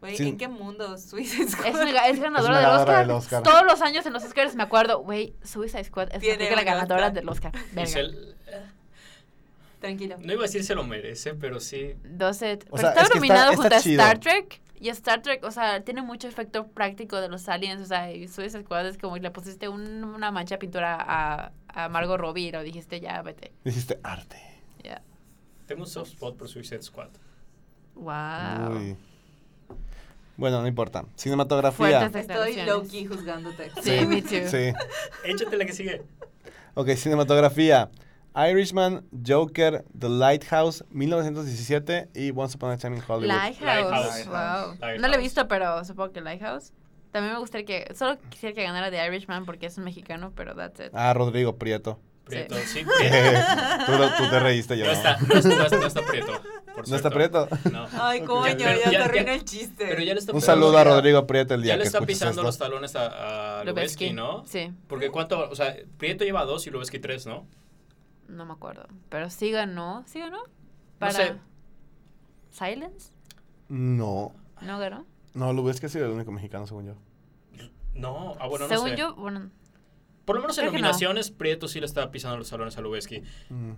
Güey, Sí. ¿en qué mundo Suicide Squad Es, una- es ganadora, Es una ganadora del, del Oscar. Oscar. Todos los años en los Oscars me acuerdo, güey, Suicide Squad es Tiene la película un ganadora Oscar. del Oscar. Verga. Se l- Tranquilo. no iba a decir se lo merece, pero sí. 12. O pero sea, estaba es que está- nominado está junto chido. a Star Trek. Y Star Trek, o sea, tiene mucho efecto práctico de los aliens. O sea, y Suicide Squad es como que le pusiste un- una mancha de pintura a, a Margot Robbie y lo dijiste, ya, vete. Dijiste arte. Ya. Tengo un soft spot por Suicide Squad. Wow. Uy. Bueno, no importa. Cinematografía. Fuertes Estoy declaraciones. low-key juzgándote. Sí, me too. Sí. Échate la que sigue. Ok, cinematografía. Irishman, Joker, The Lighthouse, 1917 y Once Upon a Time in Hollywood. Lighthouse. Lighthouse. Wow. Lighthouse. No lo he visto, pero supongo que Lighthouse. También me gustaría que. Solo quisiera que ganara The Irishman porque es un mexicano, pero that's it. Ah, Rodrigo Prieto. Prieto, Sí. sí, tú, Prieto. lo- tú te reíste, yo No no. está, no está, no está- no está Prieto. por ¿No está cierto. Prieto? No. Ay, coño, Pero ya- ya, te ya- arruina el chiste. Pero ya le está Un pisando- saludo a Rodrigo Prieto el día Ya le que está escuches pisando esto. los talones a, a Lubeski, ¿no? Sí, Porque cuánto, o sea, Prieto lleva dos y Lubeski tres, ¿no? no me acuerdo. Pero sí ganó. ¿Sí ganó? sé. ¿Silence? No, ¿No ganó? no, lo ves que ha sido el único mexicano, según yo. No, ah, bueno, Según no sé. yo, bueno. Por lo menos en creo que no. nominaciones, Prieto sí le está pisando los talones a Lubeski. Mm.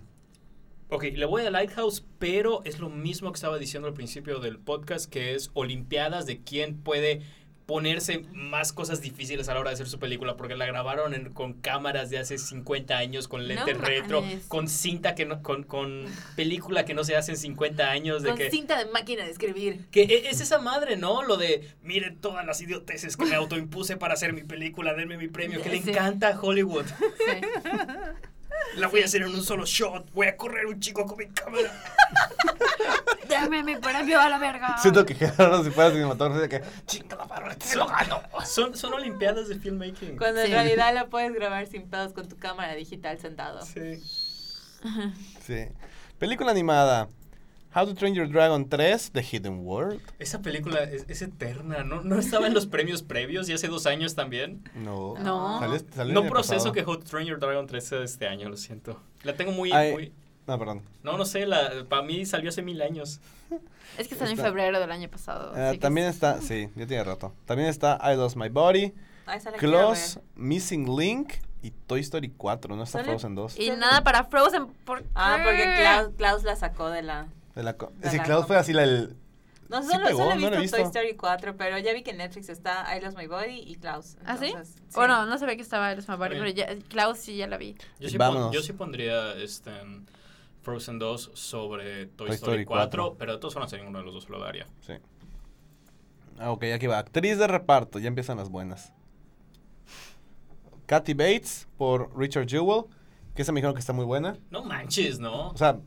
Ok, le voy a Lighthouse, pero es lo mismo que estaba diciendo al principio del podcast, que es Olimpiadas de quién puede ponerse más cosas difíciles a la hora de hacer su película, porque la grabaron en- con cámaras de hace 50 años, con lentes retro, mames. con cinta que no, con, con película que no se hace en 50 años, de Con que... cinta de máquina de escribir. Que e- es esa madre, ¿no? Lo de, miren todas las idioteces que me autoimpuse para hacer mi película, denme mi premio, que le Sí. encanta a Hollywood. Sí. La voy a hacer en un solo shot, voy a correr un chico con mi cámara. Dame mi premio a la verga. Siento que Gerardo, si fuera cinematógrafo, diría que Chinga la madre, este te lo gano. Son, son olimpiadas de filmmaking. Cuando Sí. en realidad la puedes grabar sin pedos con tu cámara digital sentado. Sí. Sí. Película animada. How to Train Your Dragon 3, The Hidden World. Esa película es, es eterna, ¿no? No estaba en los premios previos y hace dos años también. No. No. Salió- este- salió el No año proceso pasado. que Hot Train Your Dragon 3 sea de este año, lo siento. La tengo muy... Ay. muy- No, perdón. no, no sé, para mí salió hace mil años. Es que salió en Está- febrero del año pasado. Ah, Eh, así que también es- está, sí, ya tiene rato. También está I Lost My Body, Ah, esa la quiero Close, ver. Missing Link y Toy Story 4. No está Sale- Frozen 2. Y nada para Frozen. ¿por Ah, qué? porque Klaus, Klaus la sacó de la... De la co- de es que la Klaus co- fue así la del... No, Sí solo, pegó, solo he no la visto, he Toy visto. Story 4, pero ya vi que en Netflix está I Lost My Body y Klaus. ¿Ah, sí? entonces, sí. Bueno, no sabía que estaba el Smart Body, Está pero bien. ya, Klaus sí ya la vi. Yo Y sí, pon- vámonos. yo sí pondría este, en Frozen 2 sobre Toy, Toy Story Story 4, cuatro. pero de todos van a ser ninguno de los dos, se lo daría. Sí. Ah, ok, aquí va. Actriz de reparto, ya empiezan las buenas. Kathy Bates por Richard Jewell, que esa me dijeron que está muy buena. No manches, ¿no? O sea,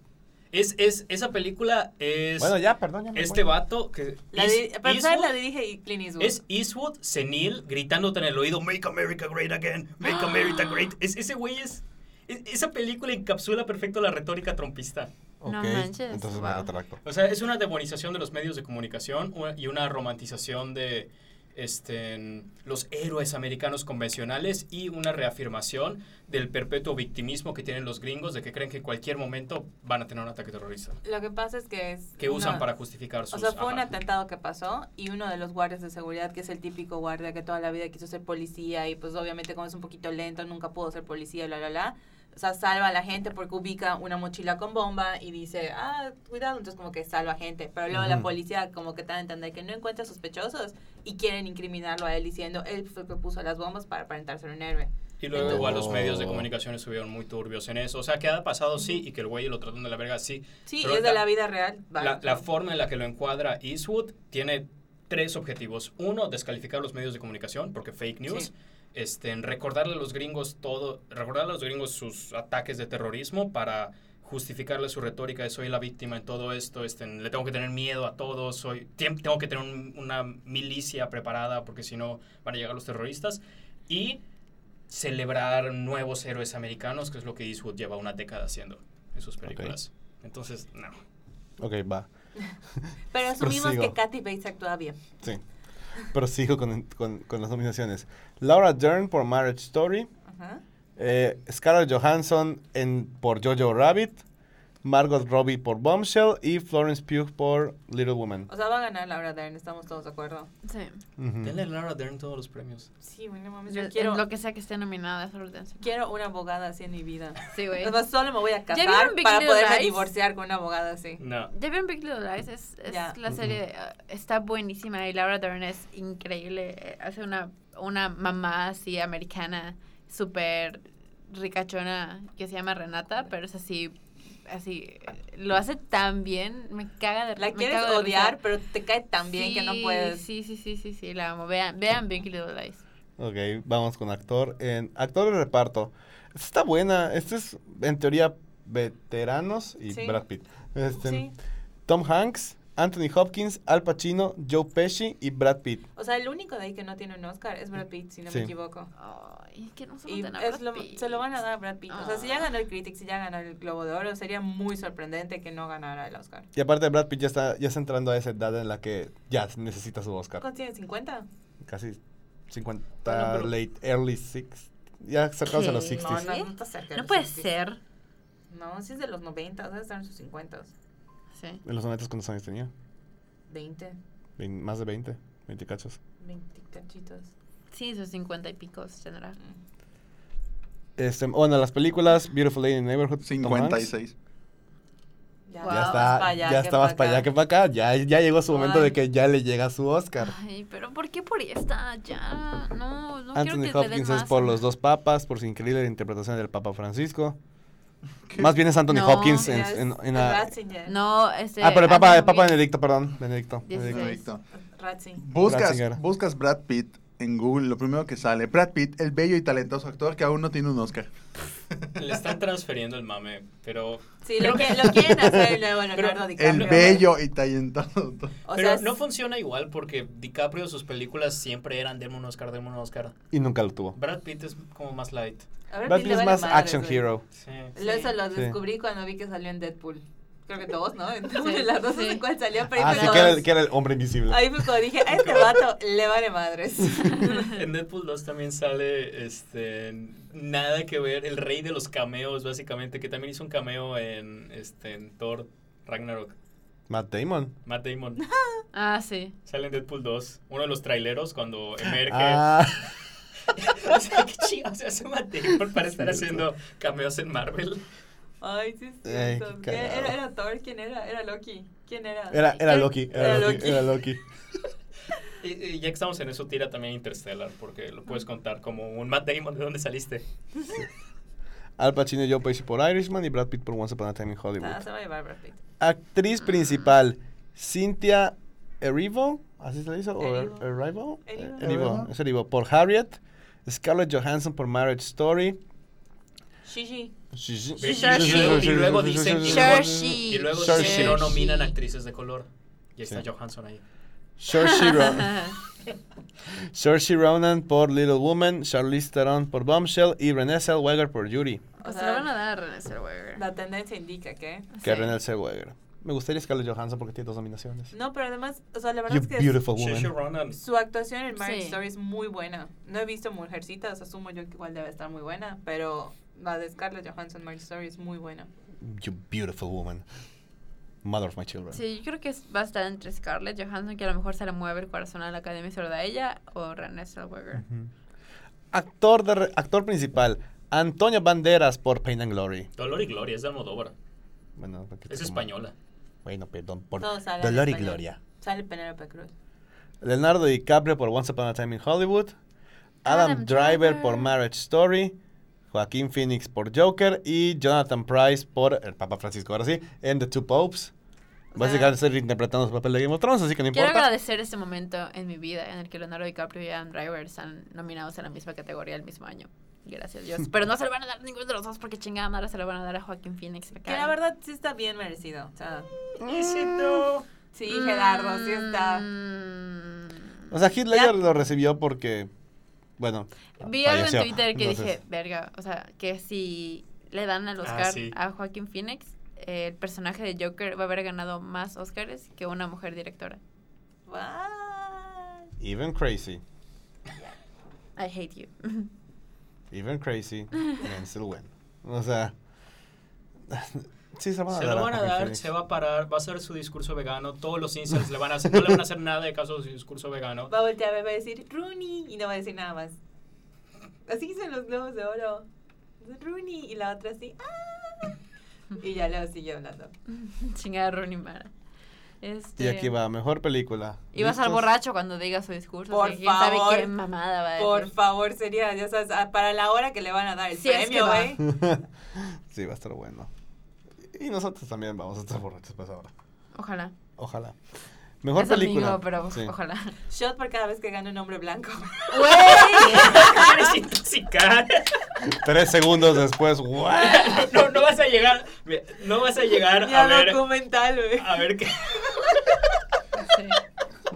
Es, es, esa película es bueno, ya, perdón. Ya me este voy. vato que... La Is- di- para empezar, Eastwood- la dirige Clint Eastwood. Es Eastwood senil gritándote en el oído, Make America Great Again, Make America Great. Es- ese güey es, es- Esa película encapsula perfecto la retórica trompista. Ok, No manches, Entonces me wow. retracto. O sea, es una demonización de los medios de comunicación una- y una romantización de este, los héroes americanos convencionales y una reafirmación del perpetuo victimismo que tienen los gringos de que creen que en cualquier momento van a tener un ataque terrorista. Lo que pasa es que es... Que usan una- para justificar sus... O sea, fue un ajá. atentado que pasó y uno de los guardias de seguridad, que es el típico guardia que toda la vida quiso ser policía y pues obviamente como es un poquito lento, nunca pudo ser policía, bla, bla, bla. O sea, salva a la gente porque ubica una mochila con bomba y dice, ah, cuidado, entonces como que salva gente. Pero luego la Ujú. policía como que te da a entender que no encuentra sospechosos y quieren incriminarlo a él diciendo, él fue el que puso las bombas para aparentar ser un héroe. Y luego Entonces- igual los medios de Oh. comunicación estuvieron muy turbios en eso. O sea, que ha pasado sí y que el güey lo tratan de la verga sí. Sí, Pero es de la- la vida real. va, La, o sea, la forma en la que lo encuadra Eastwood tiene tres objetivos. Uno, descalificar los medios de comunicación porque fake news. Sí. Este, en recordarle a los gringos todo, recordarle a los gringos sus ataques de terrorismo para justificarle su retórica de soy la víctima en todo esto, este, en, le tengo que tener miedo a todos, soy, tiem- tengo que tener un- una milicia preparada porque si no van a llegar los terroristas y celebrar nuevos héroes americanos, que es lo que Eastwood lleva una década haciendo en sus películas. Entonces, no. Ok, va. Pero asumimos prosigo. que Kathy Bates actúa bien. Sí. Prosigo con, con, con las nominaciones. Laura Dern por Marriage Story. Ajá. eh, Scarlett Johansson en, por Jojo Rabbit. Margot Robbie por Bombshell. Y Florence Pugh por Little Woman. O sea, va a ganar Laura Dern, estamos todos de acuerdo. Sí. Ujú. Denle a Laura Dern todos los premios. Sí, bueno, mames, Yo- yo quiero... Lo que sea que esté nominada, eso lo tengo. Quiero una abogada así en mi vida. Sí, güey. O sea, solo me voy a casar vieron Big para Little poderme Lies? divorciar con una abogada así. Mm. No. Ya vieron Big Little Lies, es, es Ya. la serie, eh, está buenísima y Laura Dern es increíble. eh, Hace una, una mamá así americana, súper ricachona, que se llama Renata, pero es así, así, eh, lo hace tan bien, me caga de La me quieres cago de risa. odiar, pero te cae tan bien que no Sí, puedes. Sí, sí, sí, sí, sí, la amo. Vean, vean Big Little Lies. Ok, vamos con actor. En actor de reparto. Esta está buena. Este es, en teoría, veteranos y Sí. Brad Pitt. Este, Sí. Tom Hanks, Anthony Hopkins, Al Pacino, Joe Pesci y Brad Pitt. O sea, el único de ahí que no tiene un Oscar es Brad Pitt, si no Sí. me equivoco. Ay, que no se Y lo dan a Brad es lo- Pitt. se lo van a dar a Brad Pitt. O sea, si ya Ah. ganó el Critic, si ya ganó el Globo de Oro, sería muy sorprendente que no ganara el Oscar. Y aparte Brad Pitt ya está, ya está entrando a esa edad en la que ya necesita su Oscar. ¿Cuánto tiene? ¿50? Casi 50, Bueno, pero- late, early 60. Ya cercados a los ¿Qué? No, 60s. no, no está cerca. de No los puede 60s. ser. No, si es de los 90, debe estar en sus 50, Sí. En los 90 cuántos años tenía? 20, Vein- más de 20, 20 cachos. 20 cachitos. Sí, esos 50 y picos tendrá. Mm. Este, bueno, las películas Beautiful Lady in the Neighborhood. Tom Hanks. 56. Ya, Wow. Ya, estabas está, pa' ya que estabas pa' para allá que para acá. Ya, ya llegó su momento Ay. de que ya le llega su Oscar. Ay, pero ¿por qué por esta? Ya, no, no quiero Anthony que le den Hopkins es más. ¿eh? por los dos papas, por su increíble interpretación del Papa Francisco. Más bien es Anthony No, Hopkins en, Ya es en- en la- Ratzinger. No, este... Ah, pero el Papa, Anthony el Papa Hopkins- Benedicto, perdón. Benedicto. Dieciséis. Benedicto. Perfecto. Ratzinger. Ratzinger. Buscas, buscas Brad Pitt en Google, lo primero que sale. Brad Pitt, el bello y talentoso actor que aún no tiene un Oscar. Le están transferiendo el mame, pero, Sí, lo, que, lo quieren hacer el nuevo Leonardo El DiCaprio. bello y talentoso. O pero sea, no es- funciona igual porque DiCaprio sus películas siempre eran deme un Oscar, deme un Oscar. Y nunca lo tuvo. Brad Pitt es como más light. a ver, Brad Pitt Pitt le es vale más madres, action güey. hero. Sí. Lo- Eso lo Sí. descubrí cuando vi que salió en Deadpool. Creo que todos, ¿no? En Sí, las dos no sí. sé cuál salió, pero Ah, ahí sí, fue que era, cuando- el, que era el hombre invisible. Ahí fue cuando dije, a este vato le vale madres. En Deadpool 2 también sale este nada que ver, el rey de los cameos básicamente, que también hizo un cameo en este en Thor Ragnarok. Matt Damon. Matt Damon Ah, sí. sale en Deadpool 2, uno de los traileros cuando emerge. Ah, o sea, qué chido se hace Matt Damon para estar haciendo cameos en Marvel. Ay, sí, es Ey, cierto. qué ¿Qué- cagado. Era, ¿Era Thor? ¿Quién era? ¿Era Loki? ¿Quién era? era, era Loki. Era, Era Loki, Loki. Era Loki. Y, y ya que estamos en eso, tira también Interstellar, porque lo puedes contar como un Matt Damon, ¿de dónde saliste? Al Pacino y Joe Pesci por Irishman y Brad Pitt por Once Upon a Time in Hollywood. Ah, se va a llevar Brad Pitt. Actriz principal, Cynthia Erivo, ¿así se le hizo? ¿O Erivo. Er- Erivo? Erivo. Eh, Erivo, Erivo. es Erivo. Por Harriet, Scarlett Johansson por Marriage Story. Shishi. Y Saoirse. Y luego dicen que- Saoirse. Y luego Saoirse. si no nominan actrices de color. Y está Sí. Johansson ahí. Saoirse Ro- Saoirse Ronan por Little Woman, Charlize Theron por Bombshell y Renée Zellweger por Yuri. O Pues se sea, lo van a dar a René Zellweger. La tendencia indica que. Sí. Que Renée Zellweger. Me gustaría Scarlett Johansson porque tiene dos nominaciones. No, pero además, o sea, la verdad You es que beautiful Saoirse woman. Ronan. su actuación en Marriage Sí. Story es muy buena. No he visto Mujercitas, asumo yo que igual debe estar muy buena, pero la de Scarlett Johansson Marriage Story es muy buena. You beautiful woman. Mother of my children. Sí, yo creo que es- va a estar entre Scarlett Johansson, que a lo mejor se le mueve el corazón a la Academia sobre de ella, o René Zellweger. Ujú. Actor, de re- actor principal, Antonio Banderas por Pain and Glory. Dolor y Gloria, es de Almodóvar. Bueno, porque Es como- española. Bueno, perdón, por Todos hablan Dolor y español. Gloria. Sale Penélope Cruz. Leonardo DiCaprio por Once Upon a Time in Hollywood. Adam, Adam Driver, Driver. por Marriage Story. Joaquín Phoenix por Joker. Y Jonathan Price por el Papa Francisco, ahora sí, en The Two Popes. O Vas a sea- dejar de ser interpretando su papel de Game of Thrones, así que no Quiero importa. agradecer este momento en mi vida en el que Leonardo DiCaprio y Adam Driver están nominados en la misma categoría el mismo año. Gracias Dios. Pero no se lo van a dar a ninguno de los dos porque chingada madre se lo van a dar a Joaquín Phoenix. me Que la cae. verdad sí está bien merecido. O sea, sí, Mm, Gerardo, sí está. mm. O sea, Heath Ledger lo recibió porque, bueno, Vi algo en falleció. Twitter que Entonces, dije, verga, o sea, que si le dan al Oscar sí. a Joaquín Phoenix, eh, el personaje de Joker va a haber ganado más Oscars que una mujer directora. What? Even crazy. I hate you. Even crazy. and still win. O sea. sí, se, Se lo van a Joaquin dar, Phoenix. se va a parar, va a hacer su discurso vegano, todos los incels le van a hacer, no le van a hacer nada de caso a su discurso vegano. Va a voltear a ver, va a decir Rooney y no va a decir nada más. Así dicen los globos de oro. Rooney y la otra así. "Ah". Y ya luego sigue hablando. Chingada Rooney Mara. Y Este, aquí va, mejor película. Y va a estar ¿Listos? borracho cuando diga su discurso. Por así que quién sabe favor. qué mamada va a decir. Por favor, sería, ya sabes, ah, para la hora que le van a dar el Sí, es premio, que va. ¿eh? sí, va a estar bueno. Y nosotros también vamos a estar borrachos pues ahora. Ojalá. Ojalá. Mejor es película. Amigo, pero Sí. ojalá. Shot por cada vez que gana un hombre blanco. Eres intoxicada. Tres segundos después, ¿what? No, no vas a llegar, mira, no vas a llegar a Ya ver, documental, güey. a ver qué. Sí.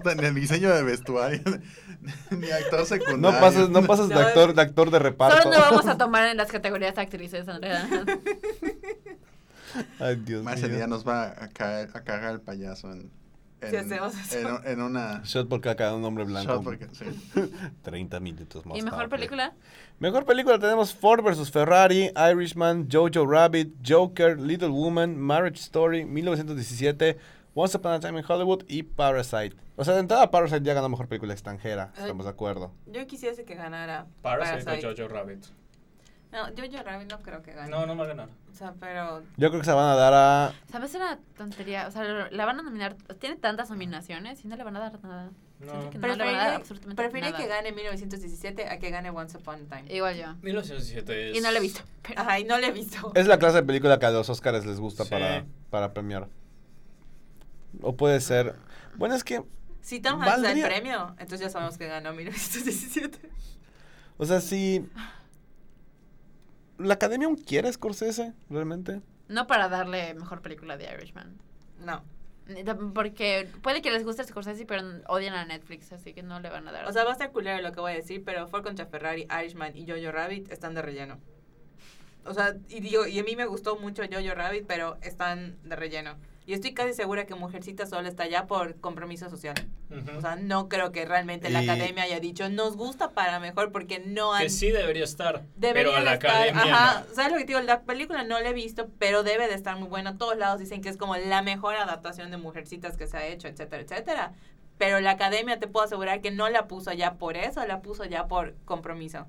En el diseño de vestuario. Ni actor secundario. No pases, no pases de No. actor, de actor de reparto. Solo no vamos a tomar en las categorías de actrices, en realidad. Ay, Dios Más el mío. día nos va a caer, a cagar el payaso en. en Si hacemos eso. En, un- en una. Shot por caca, un hombre blanco. Shot porque- sí. 30 minutos más. ¿Y mejor tarde. película? Mejor película tenemos Ford vs. Ferrari, Irishman, Jojo Rabbit, Joker, Little Woman, Marriage Story, 1917, Once Upon a Time in Hollywood y Parasite. O sea, de entrada Parasite ya ganó mejor película extranjera, Ay. estamos de acuerdo. Yo quisiese que ganara. Parasite de Parasite. Jojo Rabbit. No, Jojo Rabbit no creo que gane. No, no va a ganar. O sea, pero. Yo creo que se van a dar a... ¿Sabes una tontería? O sea, la van a nominar. Tiene tantas nominaciones y no le van a dar nada. Siento No. que no le van a dar Preferiría, absolutamente preferiría nada. que gane 1917 a que gane Once Upon a Time. Igual yo. 1917 es... Y no la he visto. pero- Ay, no le he visto. Es la clase de película que a los Oscars les gusta Sí. para, para premiar. O puede ser... Bueno, es que... Si Tom Hanks da el Valdría- premio, entonces ya sabemos que ganó 1917. O sea, si... ¿La Academia aún quiere a Scorsese, realmente? No para darle mejor película de Irishman. No. Ni tam- Porque puede que les guste Scorsese, pero odian a Netflix, así que no le van a dar. O sea, va a estar culero lo que voy a decir, pero Ford contra Ferrari, Irishman y Jojo Rabbit están de relleno. O sea, y digo, y a mí me gustó mucho Jojo Rabbit, pero están de relleno. Y estoy casi segura que Mujercita solo está allá por compromiso social. Ujú. O sea, no creo que realmente la Y- academia haya dicho, nos gusta para mejor, porque no han... Que sí debería estar, pero Debería a la de estar, academia ajá, no. ¿sabes lo que te digo? La película no la he visto, pero debe de estar muy buena. Todos lados dicen que es como la mejor adaptación de Mujercitas que se ha hecho, etcétera, etcétera. Pero la academia te puedo asegurar que no la puso ya por eso, la puso ya por compromiso.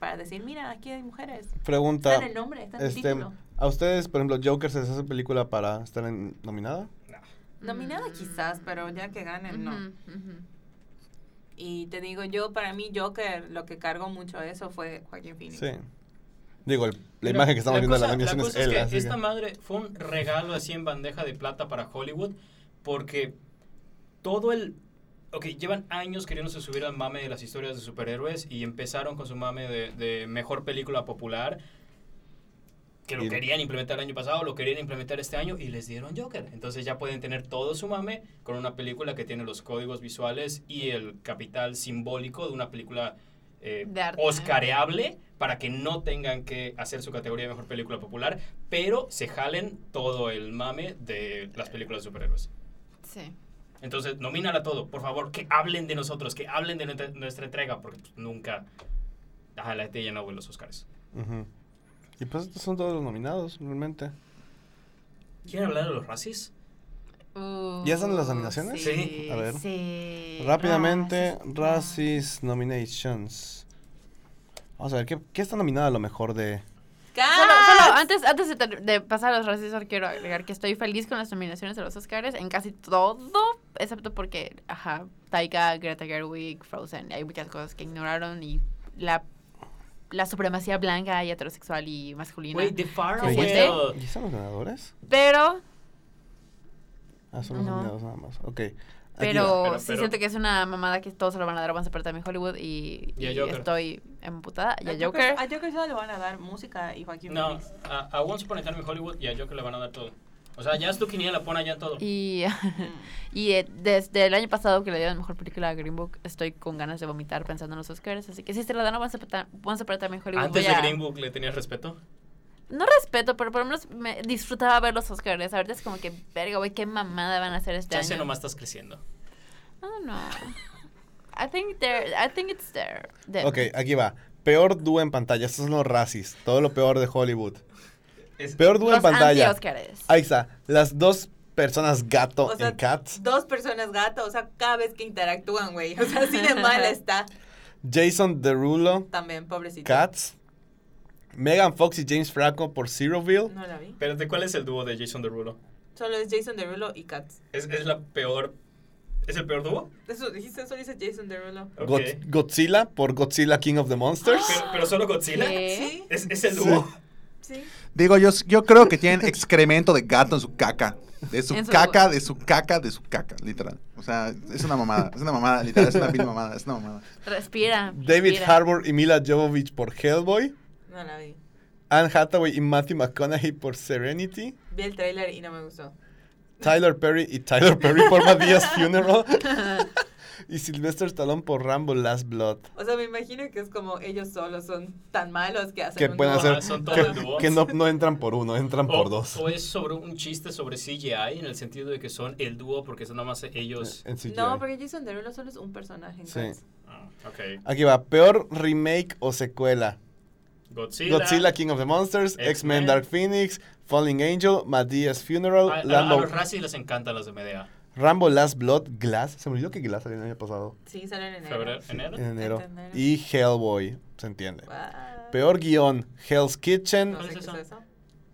Para decir, mira, aquí hay mujeres. Pregunta... Está en el nombre, está en el Este, título. a ustedes, por ejemplo, Joker se les hace película para estar en- nominada. Nominada quizás, pero ya que ganen, no. Mm. Ujú, ujú. Y te digo, yo, para mí, Joker, lo que cargo mucho a eso fue Joaquín Phoenix. Sí. Digo, el- la Mira, imagen que estamos viendo de la cosa- animación es cosa es él. que así que- esta madre fue un regalo así en bandeja de plata para Hollywood porque todo el... Ok, llevan años queriéndose subir al mame de las historias de superhéroes y empezaron con su mame de, de mejor película popular, que lo Y- querían implementar el año pasado, lo querían implementar este año y les dieron Joker. Entonces ya pueden tener todo su mame con una película que tiene los códigos visuales y el capital simbólico de una película eh, De arte. oscareable para que no tengan que hacer su categoría de mejor película popular, pero se jalen todo el mame de las películas de superhéroes. Sí. Entonces, nomínala todo, por favor, que hablen de nosotros, que hablen de nuestra, nuestra entrega, porque pues, nunca... Ajá, la gente ya no ve los Oscars. Ujú. Y pues estos son todos los nominados, realmente. ¿Quieren hablar de los racis? ¿Ya están las nominaciones? Uh, Sí. A ver. sí. Eh, Rápidamente, Racismo. Racis Nominations. Vamos a ver, ¿qué, qué está nominada a lo mejor de...? Solo, solo antes, antes de, ter- de pasar a los racistas, quiero agregar que estoy feliz con las nominaciones de los Oscars en casi todo, excepto porque, ajá, Taika, Greta Gerwig, Frozen, hay muchas cosas que ignoraron y la, la supremacía blanca y heterosexual y masculina. Güey, The Far ¿Se ¿Y siente? Away. ¿Y están los ganadores? pero, Ah, son los No. nominados nada más. Ok. aquí pero, va. Ah, Pero- sí pero- siento que es una mamada que todos se lo van a dar, van a apartar en Hollywood y, Y a y Joker. estoy emputada. Y a A Joker. A Joker solo le van a dar música y Joaquín No, Phoenix. a, a Once Upon a Time in Hollywood y a Joker le van a dar todo. O sea, ya es tu quiniela, pon allá en todo. Y, Mm. y eh, desde el año pasado que le dieron mejor película a Green Book, estoy con ganas de vomitar pensando en los Oscars. Así que si se la dan a Once Upon a Once Upon a Time in Hollywood. Antes voy de a- Green Book le tenías respeto. No respeto, pero por lo menos me disfrutaba ver los Oscars. Ahorita es como que, verga, güey, qué mamada van a hacer este Chance año. nomás estás creciendo. I don't know. I think, there, I think it's there. Them. Ok, aquí va. Peor dúo en pantalla. Estos son los Racis. Todo lo peor de Hollywood. Es- Peor dúo Los en pantalla. anti-Oscars. Ahí está. Las dos personas gato O sea, en Cats. Dos personas gato, o sea, cada vez que interactúan, güey. O sea, así de mala está. Jason Derulo, También, pobrecito. Cats. Megan Fox y James Franco por Zeroville. No la vi. Espérate, ¿cuál es el dúo de Jason Derulo? Solo es Jason Derulo y Cats. ¿Es, es la peor... ¿Es el peor dúo? Eso dijiste, solo dice Jason Derulo. Ok. Go- Godzilla por Godzilla King of the Monsters. Pero, pero solo Godzilla. ¿Qué? Sí, ¿Es, es el dúo? sí. Digo, yo, yo creo que tienen excremento de gato en su caca. De su En su- caca, de su caca, de su caca, literal. O sea, es una mamada, es una mamada, literal, es una vil mamada, es una mamada. Ah, Respira. David respira. Harbour y Mila Jovovich por Hellboy. No la vi. Anne Hathaway y Matthew McConaughey por Serenity. Vi el trailer y no me gustó. Tyler Perry y Tyler Perry por Matías Funeral. y Sylvester Stallone por Rambo Last Blood. O sea, me imagino que es como ellos solos son tan malos que hacen Que un pueden dúo. hacer. Ah, son todo el dúo. Oh, Que, que no, no entran por uno, entran O, por dos. o es sobre un chiste sobre CGI en el sentido de que son el dúo porque son nada más ellos. En CGI. No, porque Jason Derulo solo es un personaje en Sí. Cats. Ah, ok. Aquí va, peor remake o secuela. Godzilla. Godzilla, King of the Monsters, X-Men. X-Men Dark Phoenix, Falling Angel, Matías Funeral, A, a- a Lambo- los Razzies les encantan las de Medea. Rambo Last Blood, Glass. Se me olvidó que Glass salió el año pasado, Sí, solo en enero. Febrero, enero. en enero. Enero. Y Hellboy, se entiende. Guau. Peor guión, Hell's Kitchen, No sé qué es ¿Cuál es eso.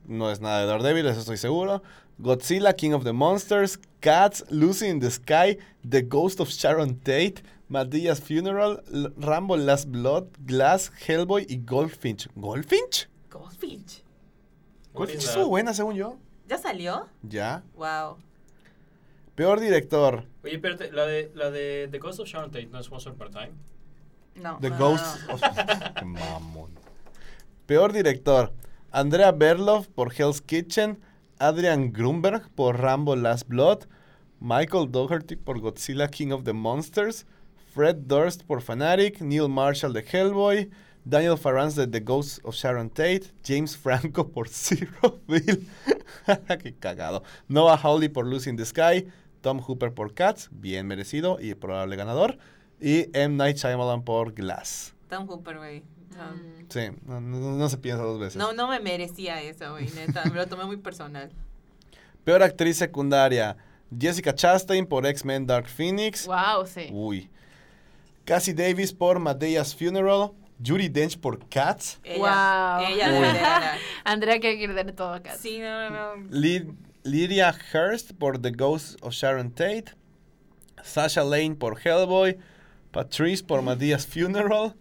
no es nada de Daredevil, eso estoy seguro. Godzilla, King of the Monsters, Cats, Lucy in the Sky, The Ghost of Sharon Tate, Matías Funeral, L- Rambo Last Blood, Glass, Hellboy y Goldfinch. ¿Goldfinch? Goldfinch. What Goldfinch is estuvo that? buena, según yo. ¿Ya salió? Ya. Wow. Peor director. Oye, espérate, la de, la de The Ghost of Sharon Tate no es Once Upon a Time. No. The no, Ghost no. of... Qué Mamón. Peor director. Andrea Berloff por Hell's Kitchen. Adrian Grunberg por Rambo Last Blood. Michael Dougherty por Godzilla King of the Monsters. Fred Durst por Fanatic. Neil Marshall de Hellboy. Daniel Farrans de The Ghost of Sharon Tate. James Franco por Zero Bill. Qué cagado. Noah Hawley por Lucy in the Sky. Tom Hooper por Cats. Bien merecido y probable ganador. Y M. Night Shyamalan por Glass. Tom Hooper, güey. No. Mm. Sí, no, no- no se piensa dos veces. No, no me merecía eso, güey, neta. Me lo tomé muy personal. Peor actriz secundaria. Jessica Chastain por X-Men Dark Phoenix. Wow, sí. Uy. Cassie Davis por Madea's Funeral. Judy Dench por Cats. Ella, Wow. Ella debe de ganar. Andrea quiere querer todo acá. Sí, no, no, no. Lid- Lydia Hurst por The Ghost of Sharon Tate. Sasha Lane por Hellboy. Patrice por Madea's Funeral.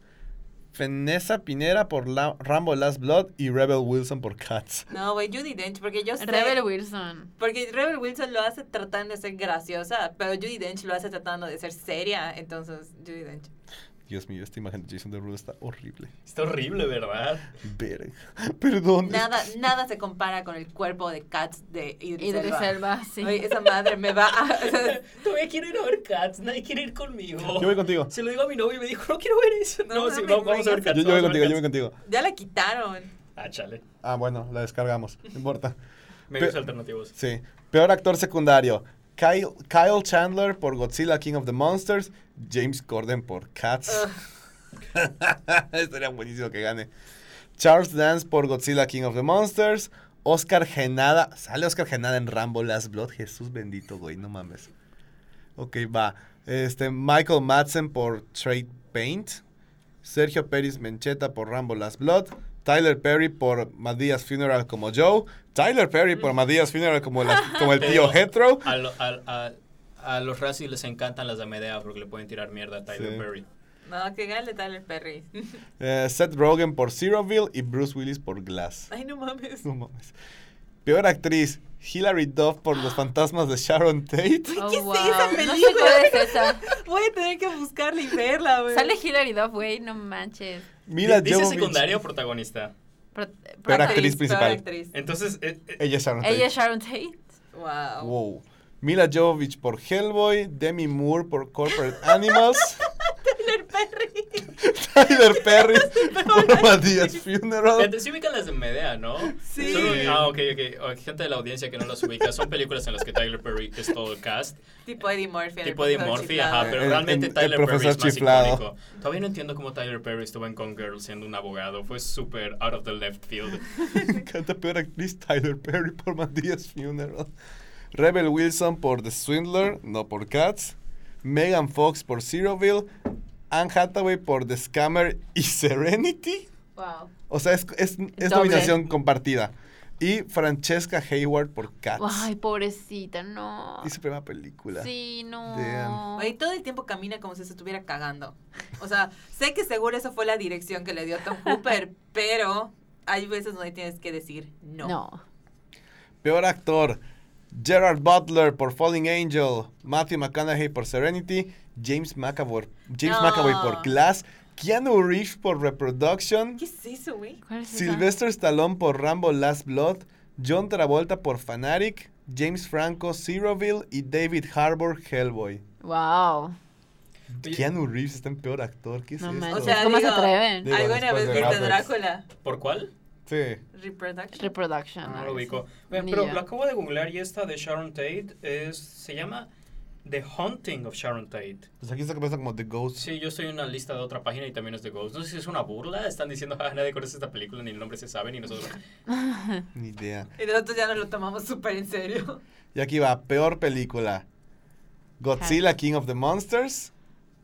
Fenessa Pinera por La- Rambo Last Blood y Rebel Wilson por Cats. No, güey, Judy Dench, porque yo sé... Rebel Wilson. Porque Rebel Wilson lo hace tratando de ser graciosa, pero Judy Dench lo hace tratando de ser seria, entonces Judy Dench. Dios mío, esta imagen de Jason Derulo está horrible. Está horrible, ¿verdad? Verga. Perdón. Nada, nada se compara con el cuerpo de Cats de Idris Y de Elba. reserva, sí. Oye, esa madre me va a... Todavía quiero ir a ver Cats, nadie quiere ir conmigo. Yo voy contigo. Se lo digo a mi novio y me dijo, no quiero ver eso. No No, sí, mames, vamos, vamos a ver venga. Cats. Yo, yo voy vamos a contigo, ver yo voy contigo. ya la quitaron. Cats. Ah, chale. Ah, bueno, la descargamos. No importa. Medios Pe- alternativos. Sí. Peor actor secundario. Kyle, Kyle Chandler por Godzilla King of the Monsters. James Corden por Cats. Estaría buenísimo que gane. Charles Dance por Godzilla King of the Monsters. Oscar Genada. Sale Oscar Genada en Rambo Last Blood. Jesús bendito, güey. No mames. Ok, va. Este, Michael Madsen por Trade Paint. Sergio Pérez Mencheta por Rambo Last Blood. Tyler Perry por Madías Funeral como Joe. Tyler Perry por Madías Funeral como, la- como el tío Pero- Hetro. A, lo- a- a- a los racis les encantan las de Medea porque le pueden tirar mierda a Tyler Sí. Perry. No, que gane Tyler Perry. Eh, Seth Rogen por Zeroville y Bruce Willis por Glass. Ay, no mames. No mames. Peor actriz, Hilary Duff por Los Fantasmas de Sharon Tate. Ay, ¿Qué Oh, es esa wow. No película? sé cuál es esa. Voy a tener que buscarla y verla, güey. Sale Hilary Duff, güey, no manches. Mira, ¿Dice Jovovich. secundario o protagonista? Pro- Pero pro- actriz principal. actriz. Entonces, eh, eh, Ella es Sharon Tate. Ella es Sharon Tate. Wow. Wow. Mila Jovovich por Hellboy, Demi Moore por Corporate Animals, Tyler Perry. Tyler Perry por Madías Funeral. fíjate, eh, sí ubican las de Medea, ¿no? Sí. Son- ah, ok, ok. O- Gente de la audiencia que no las ubica. Son películas en las que Tyler Perry es todo el cast. tipo Eddie Murphy. en el Tipo de profesor Murphy, chiflado. ajá. Pero El- realmente el- el Tyler Perry profesor es más chiflado. icónico. Todavía no entiendo cómo Tyler Perry estuvo en Gone Girl siendo un abogado. Fue súper out of the left field. Me encanta peor actriz Tyler Perry por Matías Funeral. Rebel Wilson por The Swindler, no por Cats. Megan Fox por Zeroville. Anne Hathaway por The Scammer y Serenity. Wow. O sea, es, es, es Doble. nominación compartida. Y Francesca Hayward por Cats. Ay, pobrecita, no. Y su primera Ah, película. Sí, no. Damn. Güey, todo el tiempo camina como si se estuviera cagando. O sea, sé que seguro esa fue la dirección que le dio Tom Hooper, pero hay veces donde tienes que decir no. No. Peor actor. Gerard Butler por Falling Angel, Matthew McConaughey por Serenity, James McAvoy, James No. McAvoy por Glass, Keanu Reeves por Reproduction, ¿Qué es eso, güey? ¿Cuál es esa? Sylvester Stallone por Rambo Last Blood, John Travolta por Fanatic, James Franco Zeroville y David Harbour Hellboy. Wow. Oye, Keanu Reeves está en peor actor, ¿qué es No esto? manches. O sea, ¿Cómo digo- se atreven? Digo, ¿Alguna después vez de viste Matrix. Drácula? ¿Por cuál? Sí. Reproduction. Reproduction. Ah, No algo lo así. ubico. Ve, Ah, Ni Pero yo. lo acabo de googlear y esta de Sharon Tate es, se llama The Haunting of Sharon Tate. Pues aquí está que pasa como The Ghost. Sí, yo estoy en una lista de otra página y también es The Ghost. No sé si es una burla, están diciendo, ah, nadie conoce esta película, ni el nombre se sabe, ni nosotros. Ni idea. Y nosotros ya nos lo tomamos súper en serio. Y aquí va, peor película. Godzilla, King of the Monsters,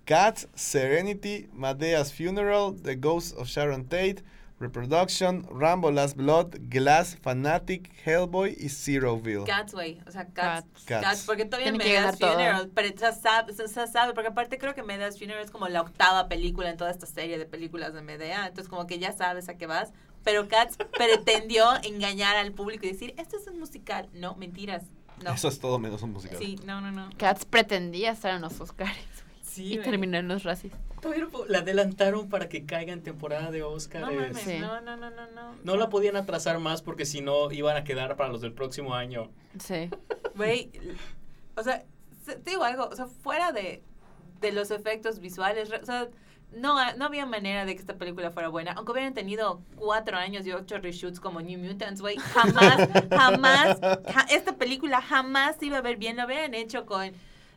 Cats, Serenity, Madea's Funeral, The Ghost of Sharon Tate, Reproduction, Rambo Last Blood, Glass, Fanatic, Hellboy y Zeroville. Cats, güey. O sea, cats. Cats. Cats. Cats. porque todavía Tienen me que das ganar todo. Funeral, pero ya sabe, o sea, ya sabe, porque aparte creo que Medea's Funeral es como la octava película en toda esta serie de películas de Medea, entonces como que ya sabes a qué vas, pero Cats pretendió engañar al público y decir, esto es un musical, no, mentiras, no. Eso es todo menos un musical. Sí, no, no, no. Cats pretendía estar en los Oscars güey, Sí, y güey. terminó en los Razzies. Todavía no po- la adelantaron para que caiga en temporada de Oscars. No mames, Sí. no, no, no, no, no. No la podían atrasar más porque si no iban a quedar para los del próximo año. Sí. Güey, o sea, se- te digo algo, o sea, fuera de, de los efectos visuales, re- o sea, no, ha- no había manera de que esta película fuera buena. Aunque hubieran tenido cuatro años y ocho reshoots como New Mutants, güey, jamás, jamás, ja- esta película jamás se iba a ver bien. Lo hubieran hecho con,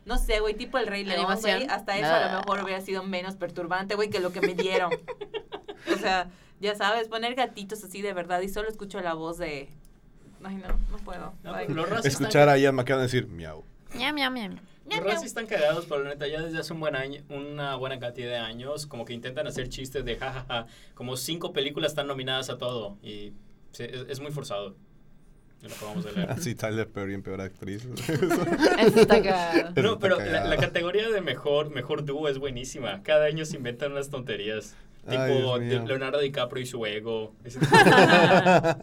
no sé, güey, tipo El Rey León, Animación. güey, Hasta eso a lo Nah. mejor hubiera sido menos perturbante, güey, que lo que me dieron. o sea, ya sabes, poner gatitos así de verdad y solo escucho la voz de... Ay, no, no puedo. No, Bye. los Razzies Escuchar a Ian McKellen decir miau. Miam, miam, miam. Los Razzies están cagados, pero la neta, ya desde hace un buen año, una buena cantidad de años, como que intentan hacer chistes de jajaja, como cinco películas están nominadas a todo, y se- es, es muy forzado. Lo acabamos de leer. Así Tyler Perry en peor actriz. Eso está cagado. Eso No, está pero la, la cagado. categoría de mejor, mejor dúo es buenísima. Cada año se inventan unas tonterías. Ay, Dios Tipo mío. de- Leonardo DiCaprio y su ego. Ese tipo de-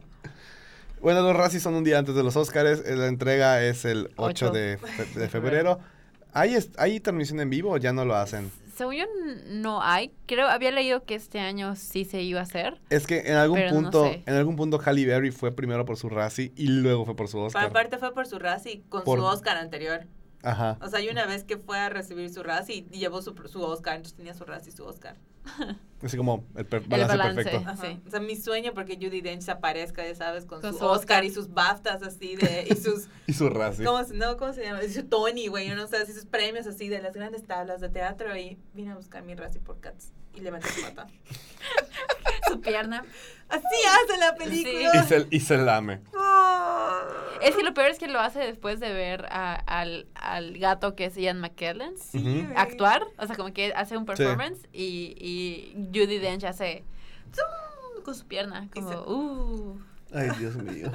bueno, los Razzies son un día antes de los Oscars. eh, La entrega es el 8 Ocho. de, fe- de febrero. ¿Hay, est- ¿Hay transmisión en vivo o ya no lo hacen? Según yo, n- no hay. Creo, había leído que este año sí se iba a hacer. Es que en algún Pero no punto, sé. en algún punto Halle Berry fue primero por su Razzie y luego fue por su Pa- Oscar. Aparte fue por su Razzie con Por- su Oscar anterior. Ajá. O sea, hay una vez que fue a recibir su Razzie y llevó su, su Oscar, entonces tenía su Razzie y su Oscar. Así como el per- balance, balance. perfecto. Ajá. Sí. O sea, mi sueño porque Judy Dench aparezca, ya sabes, con, Con su, su Oscar. Oscar. y sus BAFTAs así de y sus Y su Razzie. ¿cómo, se- no, ¿cómo se llama? Y su Tony, güey, no sé, así sus premios así de las grandes tablas de teatro y vine a buscar mi Razzie por Cats y levanté su pata. Su pierna. Así hace la película. Y se, y se lame. Ah. Es que lo peor es que lo hace después de ver a- al, al gato que es Ian McKellen Sí, Ujú. güey. actuar. O sea, como que hace un performance y, y Judy Dench hace zoom con su pierna. Como, se- uh, Ay, Dios mío.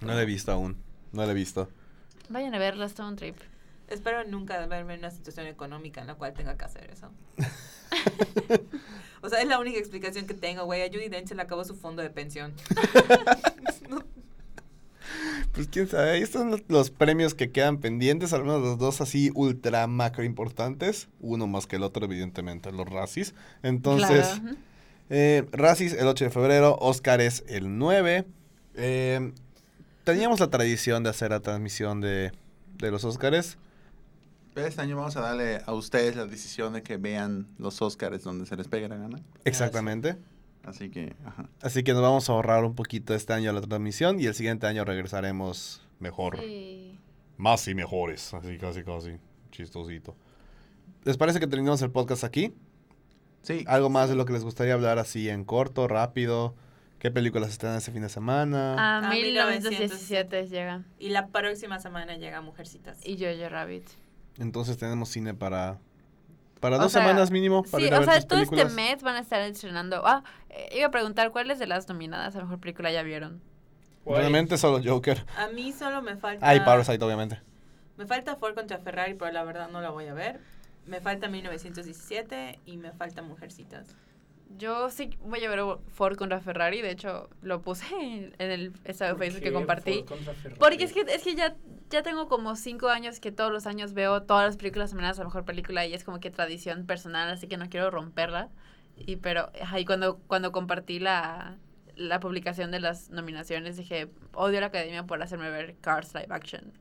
No la he visto aún. No la he visto. vayan a verla, está un trip. Espero nunca verme en una situación económica en la cual tenga que hacer eso. o sea, es la única explicación que tengo, güey. A Judy Dench se le acabó su fondo de pensión. Pues quién sabe, ahí están los- los premios que quedan pendientes, al menos los dos así ultra macro importantes, uno más que el otro, evidentemente, los Razzies. Entonces, Claro. eh, Razzies el 8 de febrero, Oscar es el 9. Eh, teníamos la tradición de hacer la transmisión de, de los Oscars. Pero este año vamos a darle a ustedes la decisión de que vean los Oscars donde se les pegue la gana. Exactamente. Así que, ajá. Así que nos vamos a ahorrar un poquito este año la transmisión y el siguiente año regresaremos mejor. Sí. más y mejores. Así, casi, casi. Chistosito. ¿Les parece que terminamos el podcast aquí? Sí, ¿Algo más de lo que les gustaría hablar así en corto, rápido? ¿Qué películas están este fin de semana? A Ah, 1917 llega. Y la próxima semana llega Mujercitas. Y Jojo Rabbit. Entonces tenemos cine para... Para O dos sea, semanas mínimo, para Sí, ir a o ver sea, tus todo este películas. mes van a estar estrenando. Ah, eh, iba a preguntar cuáles de las nominadas a mejor película ya vieron. Realmente solo Joker. A mí solo me falta... Ah, y Parasite, obviamente. Me falta Ford contra Ferrari, pero la verdad no la voy a ver. Me falta 1917 y me falta Mujercitas. Yo sí voy a ver Ford contra Ferrari. De hecho, lo puse en, en el estado de ¿Por Facebook qué que compartí. Ford contra Ferrari? Porque es que, es que ya, ya tengo como cinco años que todos los años veo todas las películas nominadas a mejor película y es como que tradición personal, así que no quiero romperla. Y pero ahí cuando, cuando compartí la, la publicación de las nominaciones dije, odio a la academia por hacerme ver Cars Live Action.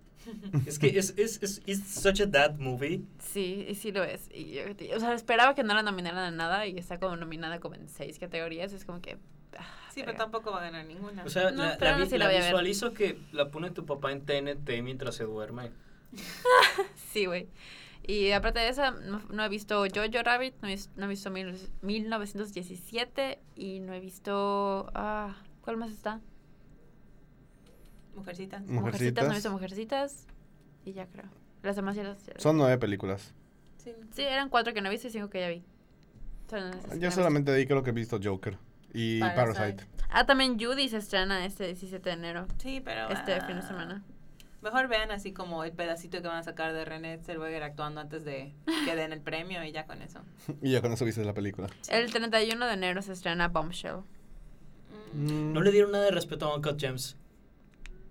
Es que es, es, es, it's such a dad movie. Sí, y sí lo es. Y yo- o sea, esperaba que no la nominaran a nada y está como nominada como en seis categorías. Es como que... ah, Sí, pero verga. tampoco va a ganar ninguna. O sea, No, la, pero la aún vi- así la la voy a ver. visualizo que la pone tu papá en TNT mientras se duerme. Sí, güey. Y aparte de esa, no, no he visto Jojo Rabbit, no he, vis- no he visto mil- 1917 y no he visto... Ah, ¿Cuál más está? Mujercitas. mm. Mujercitas. No he Mujercitas. visto Mujercitas y ya creo. Las demás ya las... ya las- Son nueve películas. Sí. Sí, eran cuatro que no he visto y cinco que ya vi. Son esas que no he visto. Yo Ah, solamente di creo que he visto Joker y Parasite. Parasite. Ah, también Judy se estrena este 17 de enero. Sí, pero... Este ah, fin de semana. Mejor vean así como el pedacito que van a sacar de René Zellweger actuando antes de que den el premio y ya con eso. Y ya con eso viste la película. El 31 de enero se estrena Bombshell. Mm. No le dieron nada de respeto a Uncle James.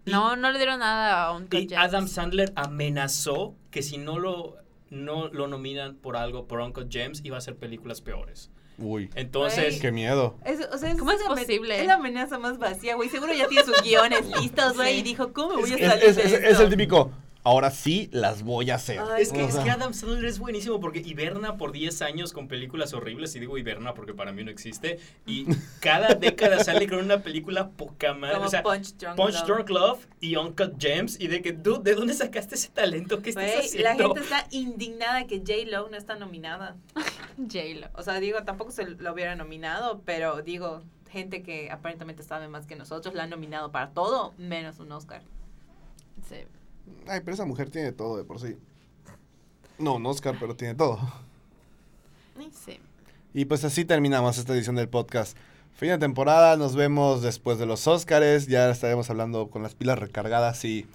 Y- No, no le dieron nada a un Y Adam Sandler amenazó que si no lo, no lo nominan por algo, por Uncle James, iba a hacer películas peores. Uy, Entonces, qué miedo. Es, o sea, ¿Cómo es la amen- posible? Es la amenaza más vacía, güey. Seguro ya tiene sus guiones listos, güey. Sí. Y dijo, ¿cómo me voy a Es, salir es- de es- esto? es el típico, ahora sí las voy a hacer. Ay, es que, O es sea, que Adam Sandler es buenísimo porque hiberna por 10 años con películas horribles, y digo hiberna porque para mí no existe, y cada década sale con una película poca madre. Como O sea, Punch Drunk Punch Love. Drunk Love y Uncle James, y de que, dude, ¿de dónde sacaste ese talento que estás Güey, la haciendo? gente está indignada que J-Lo no está nominada. J-Lo. O sea, digo, tampoco se lo hubiera nominado, pero digo, gente que aparentemente sabe más que nosotros la han nominado para todo, menos un Oscar. Sí. Ay, pero esa mujer tiene todo de por sí. No, un Oscar, pero tiene todo. Sí. Y pues así terminamos esta edición del podcast. Fin de temporada, nos vemos después de los Oscars. Ya estaremos hablando con las pilas recargadas y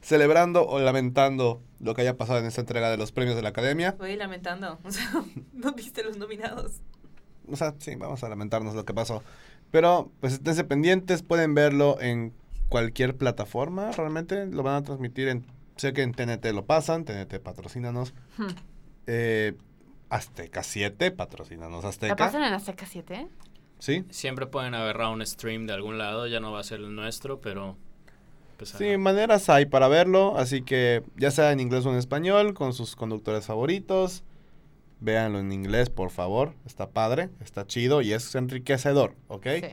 celebrando o lamentando lo que haya pasado en esta entrega de los premios de la academia. Voy lamentando. O sea, no viste los nominados. o sea, sí, vamos a lamentarnos lo que pasó. Pero, pues, esténse pendientes, pueden verlo en cualquier plataforma, realmente. Lo van a transmitir en, sé que en TNT lo pasan, TNT patrocínanos. Hmm. Eh, Azteca 7, patrocínanos ¿La Azteca. pasan en Azteca 7? Sí, Siempre pueden agarrar un stream de algún lado, ya no va a ser el nuestro, pero... pues, Sí, ah, maneras hay para verlo, así que ya sea en inglés o en español, con sus conductores favoritos, véanlo en inglés, por favor, está padre, está chido y es enriquecedor, ¿ok? Sí.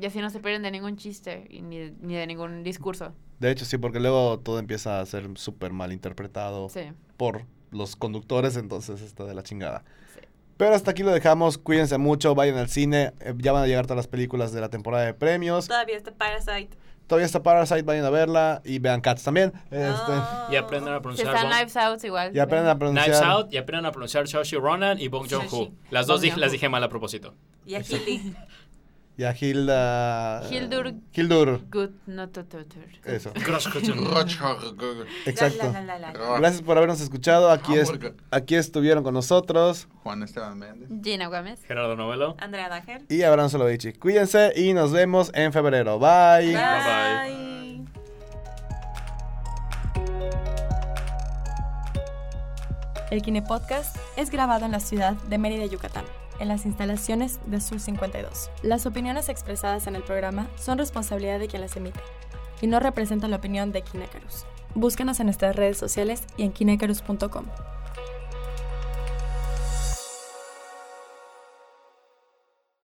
Y así no se pierden de ningún chiste y ni, ni de ningún discurso. De hecho, sí, porque luego todo empieza a ser súper mal interpretado Sí. por los conductores, entonces está de la chingada. Sí. Pero hasta aquí lo dejamos, cuídense mucho, vayan al cine, eh, ya van a llegar todas las películas de la temporada de premios. Todavía está Parasite. Todavía está Parasite, vayan a verla y vean Cats también. Este, Ah, No. Y aprendan a Si pronunciar... están Bong- Knives Out igual. Y aprendan a pronunciar. Knives Out y aprendan a pronunciar Saoirse Ronan y Bong Joon-ho. Saoirse. Las dos Bong dije- Joon-ho. las dije mal a propósito. Y a Hilly. Y a Hilda... Hildur. Hildur. Good, no tututur. Eso, La, exacto. la, la, la, la. Gracias por habernos escuchado. Aquí, es, aquí estuvieron con nosotros. Juan Esteban Méndez. Gina Gómez. Gerardo Novelo. Andrea Dager. Y Abraham Solovici. Cuídense y nos vemos en febrero. Bye. Bye. Bye. El Kine Podcast es grabado en la ciudad de Mérida, Yucatán, en las instalaciones de Sur 52. Las opiniones expresadas en el programa son responsabilidad de quien las emite y no representan la opinión de Kinecarus. Búscanos en nuestras redes sociales y en kinecarus.com.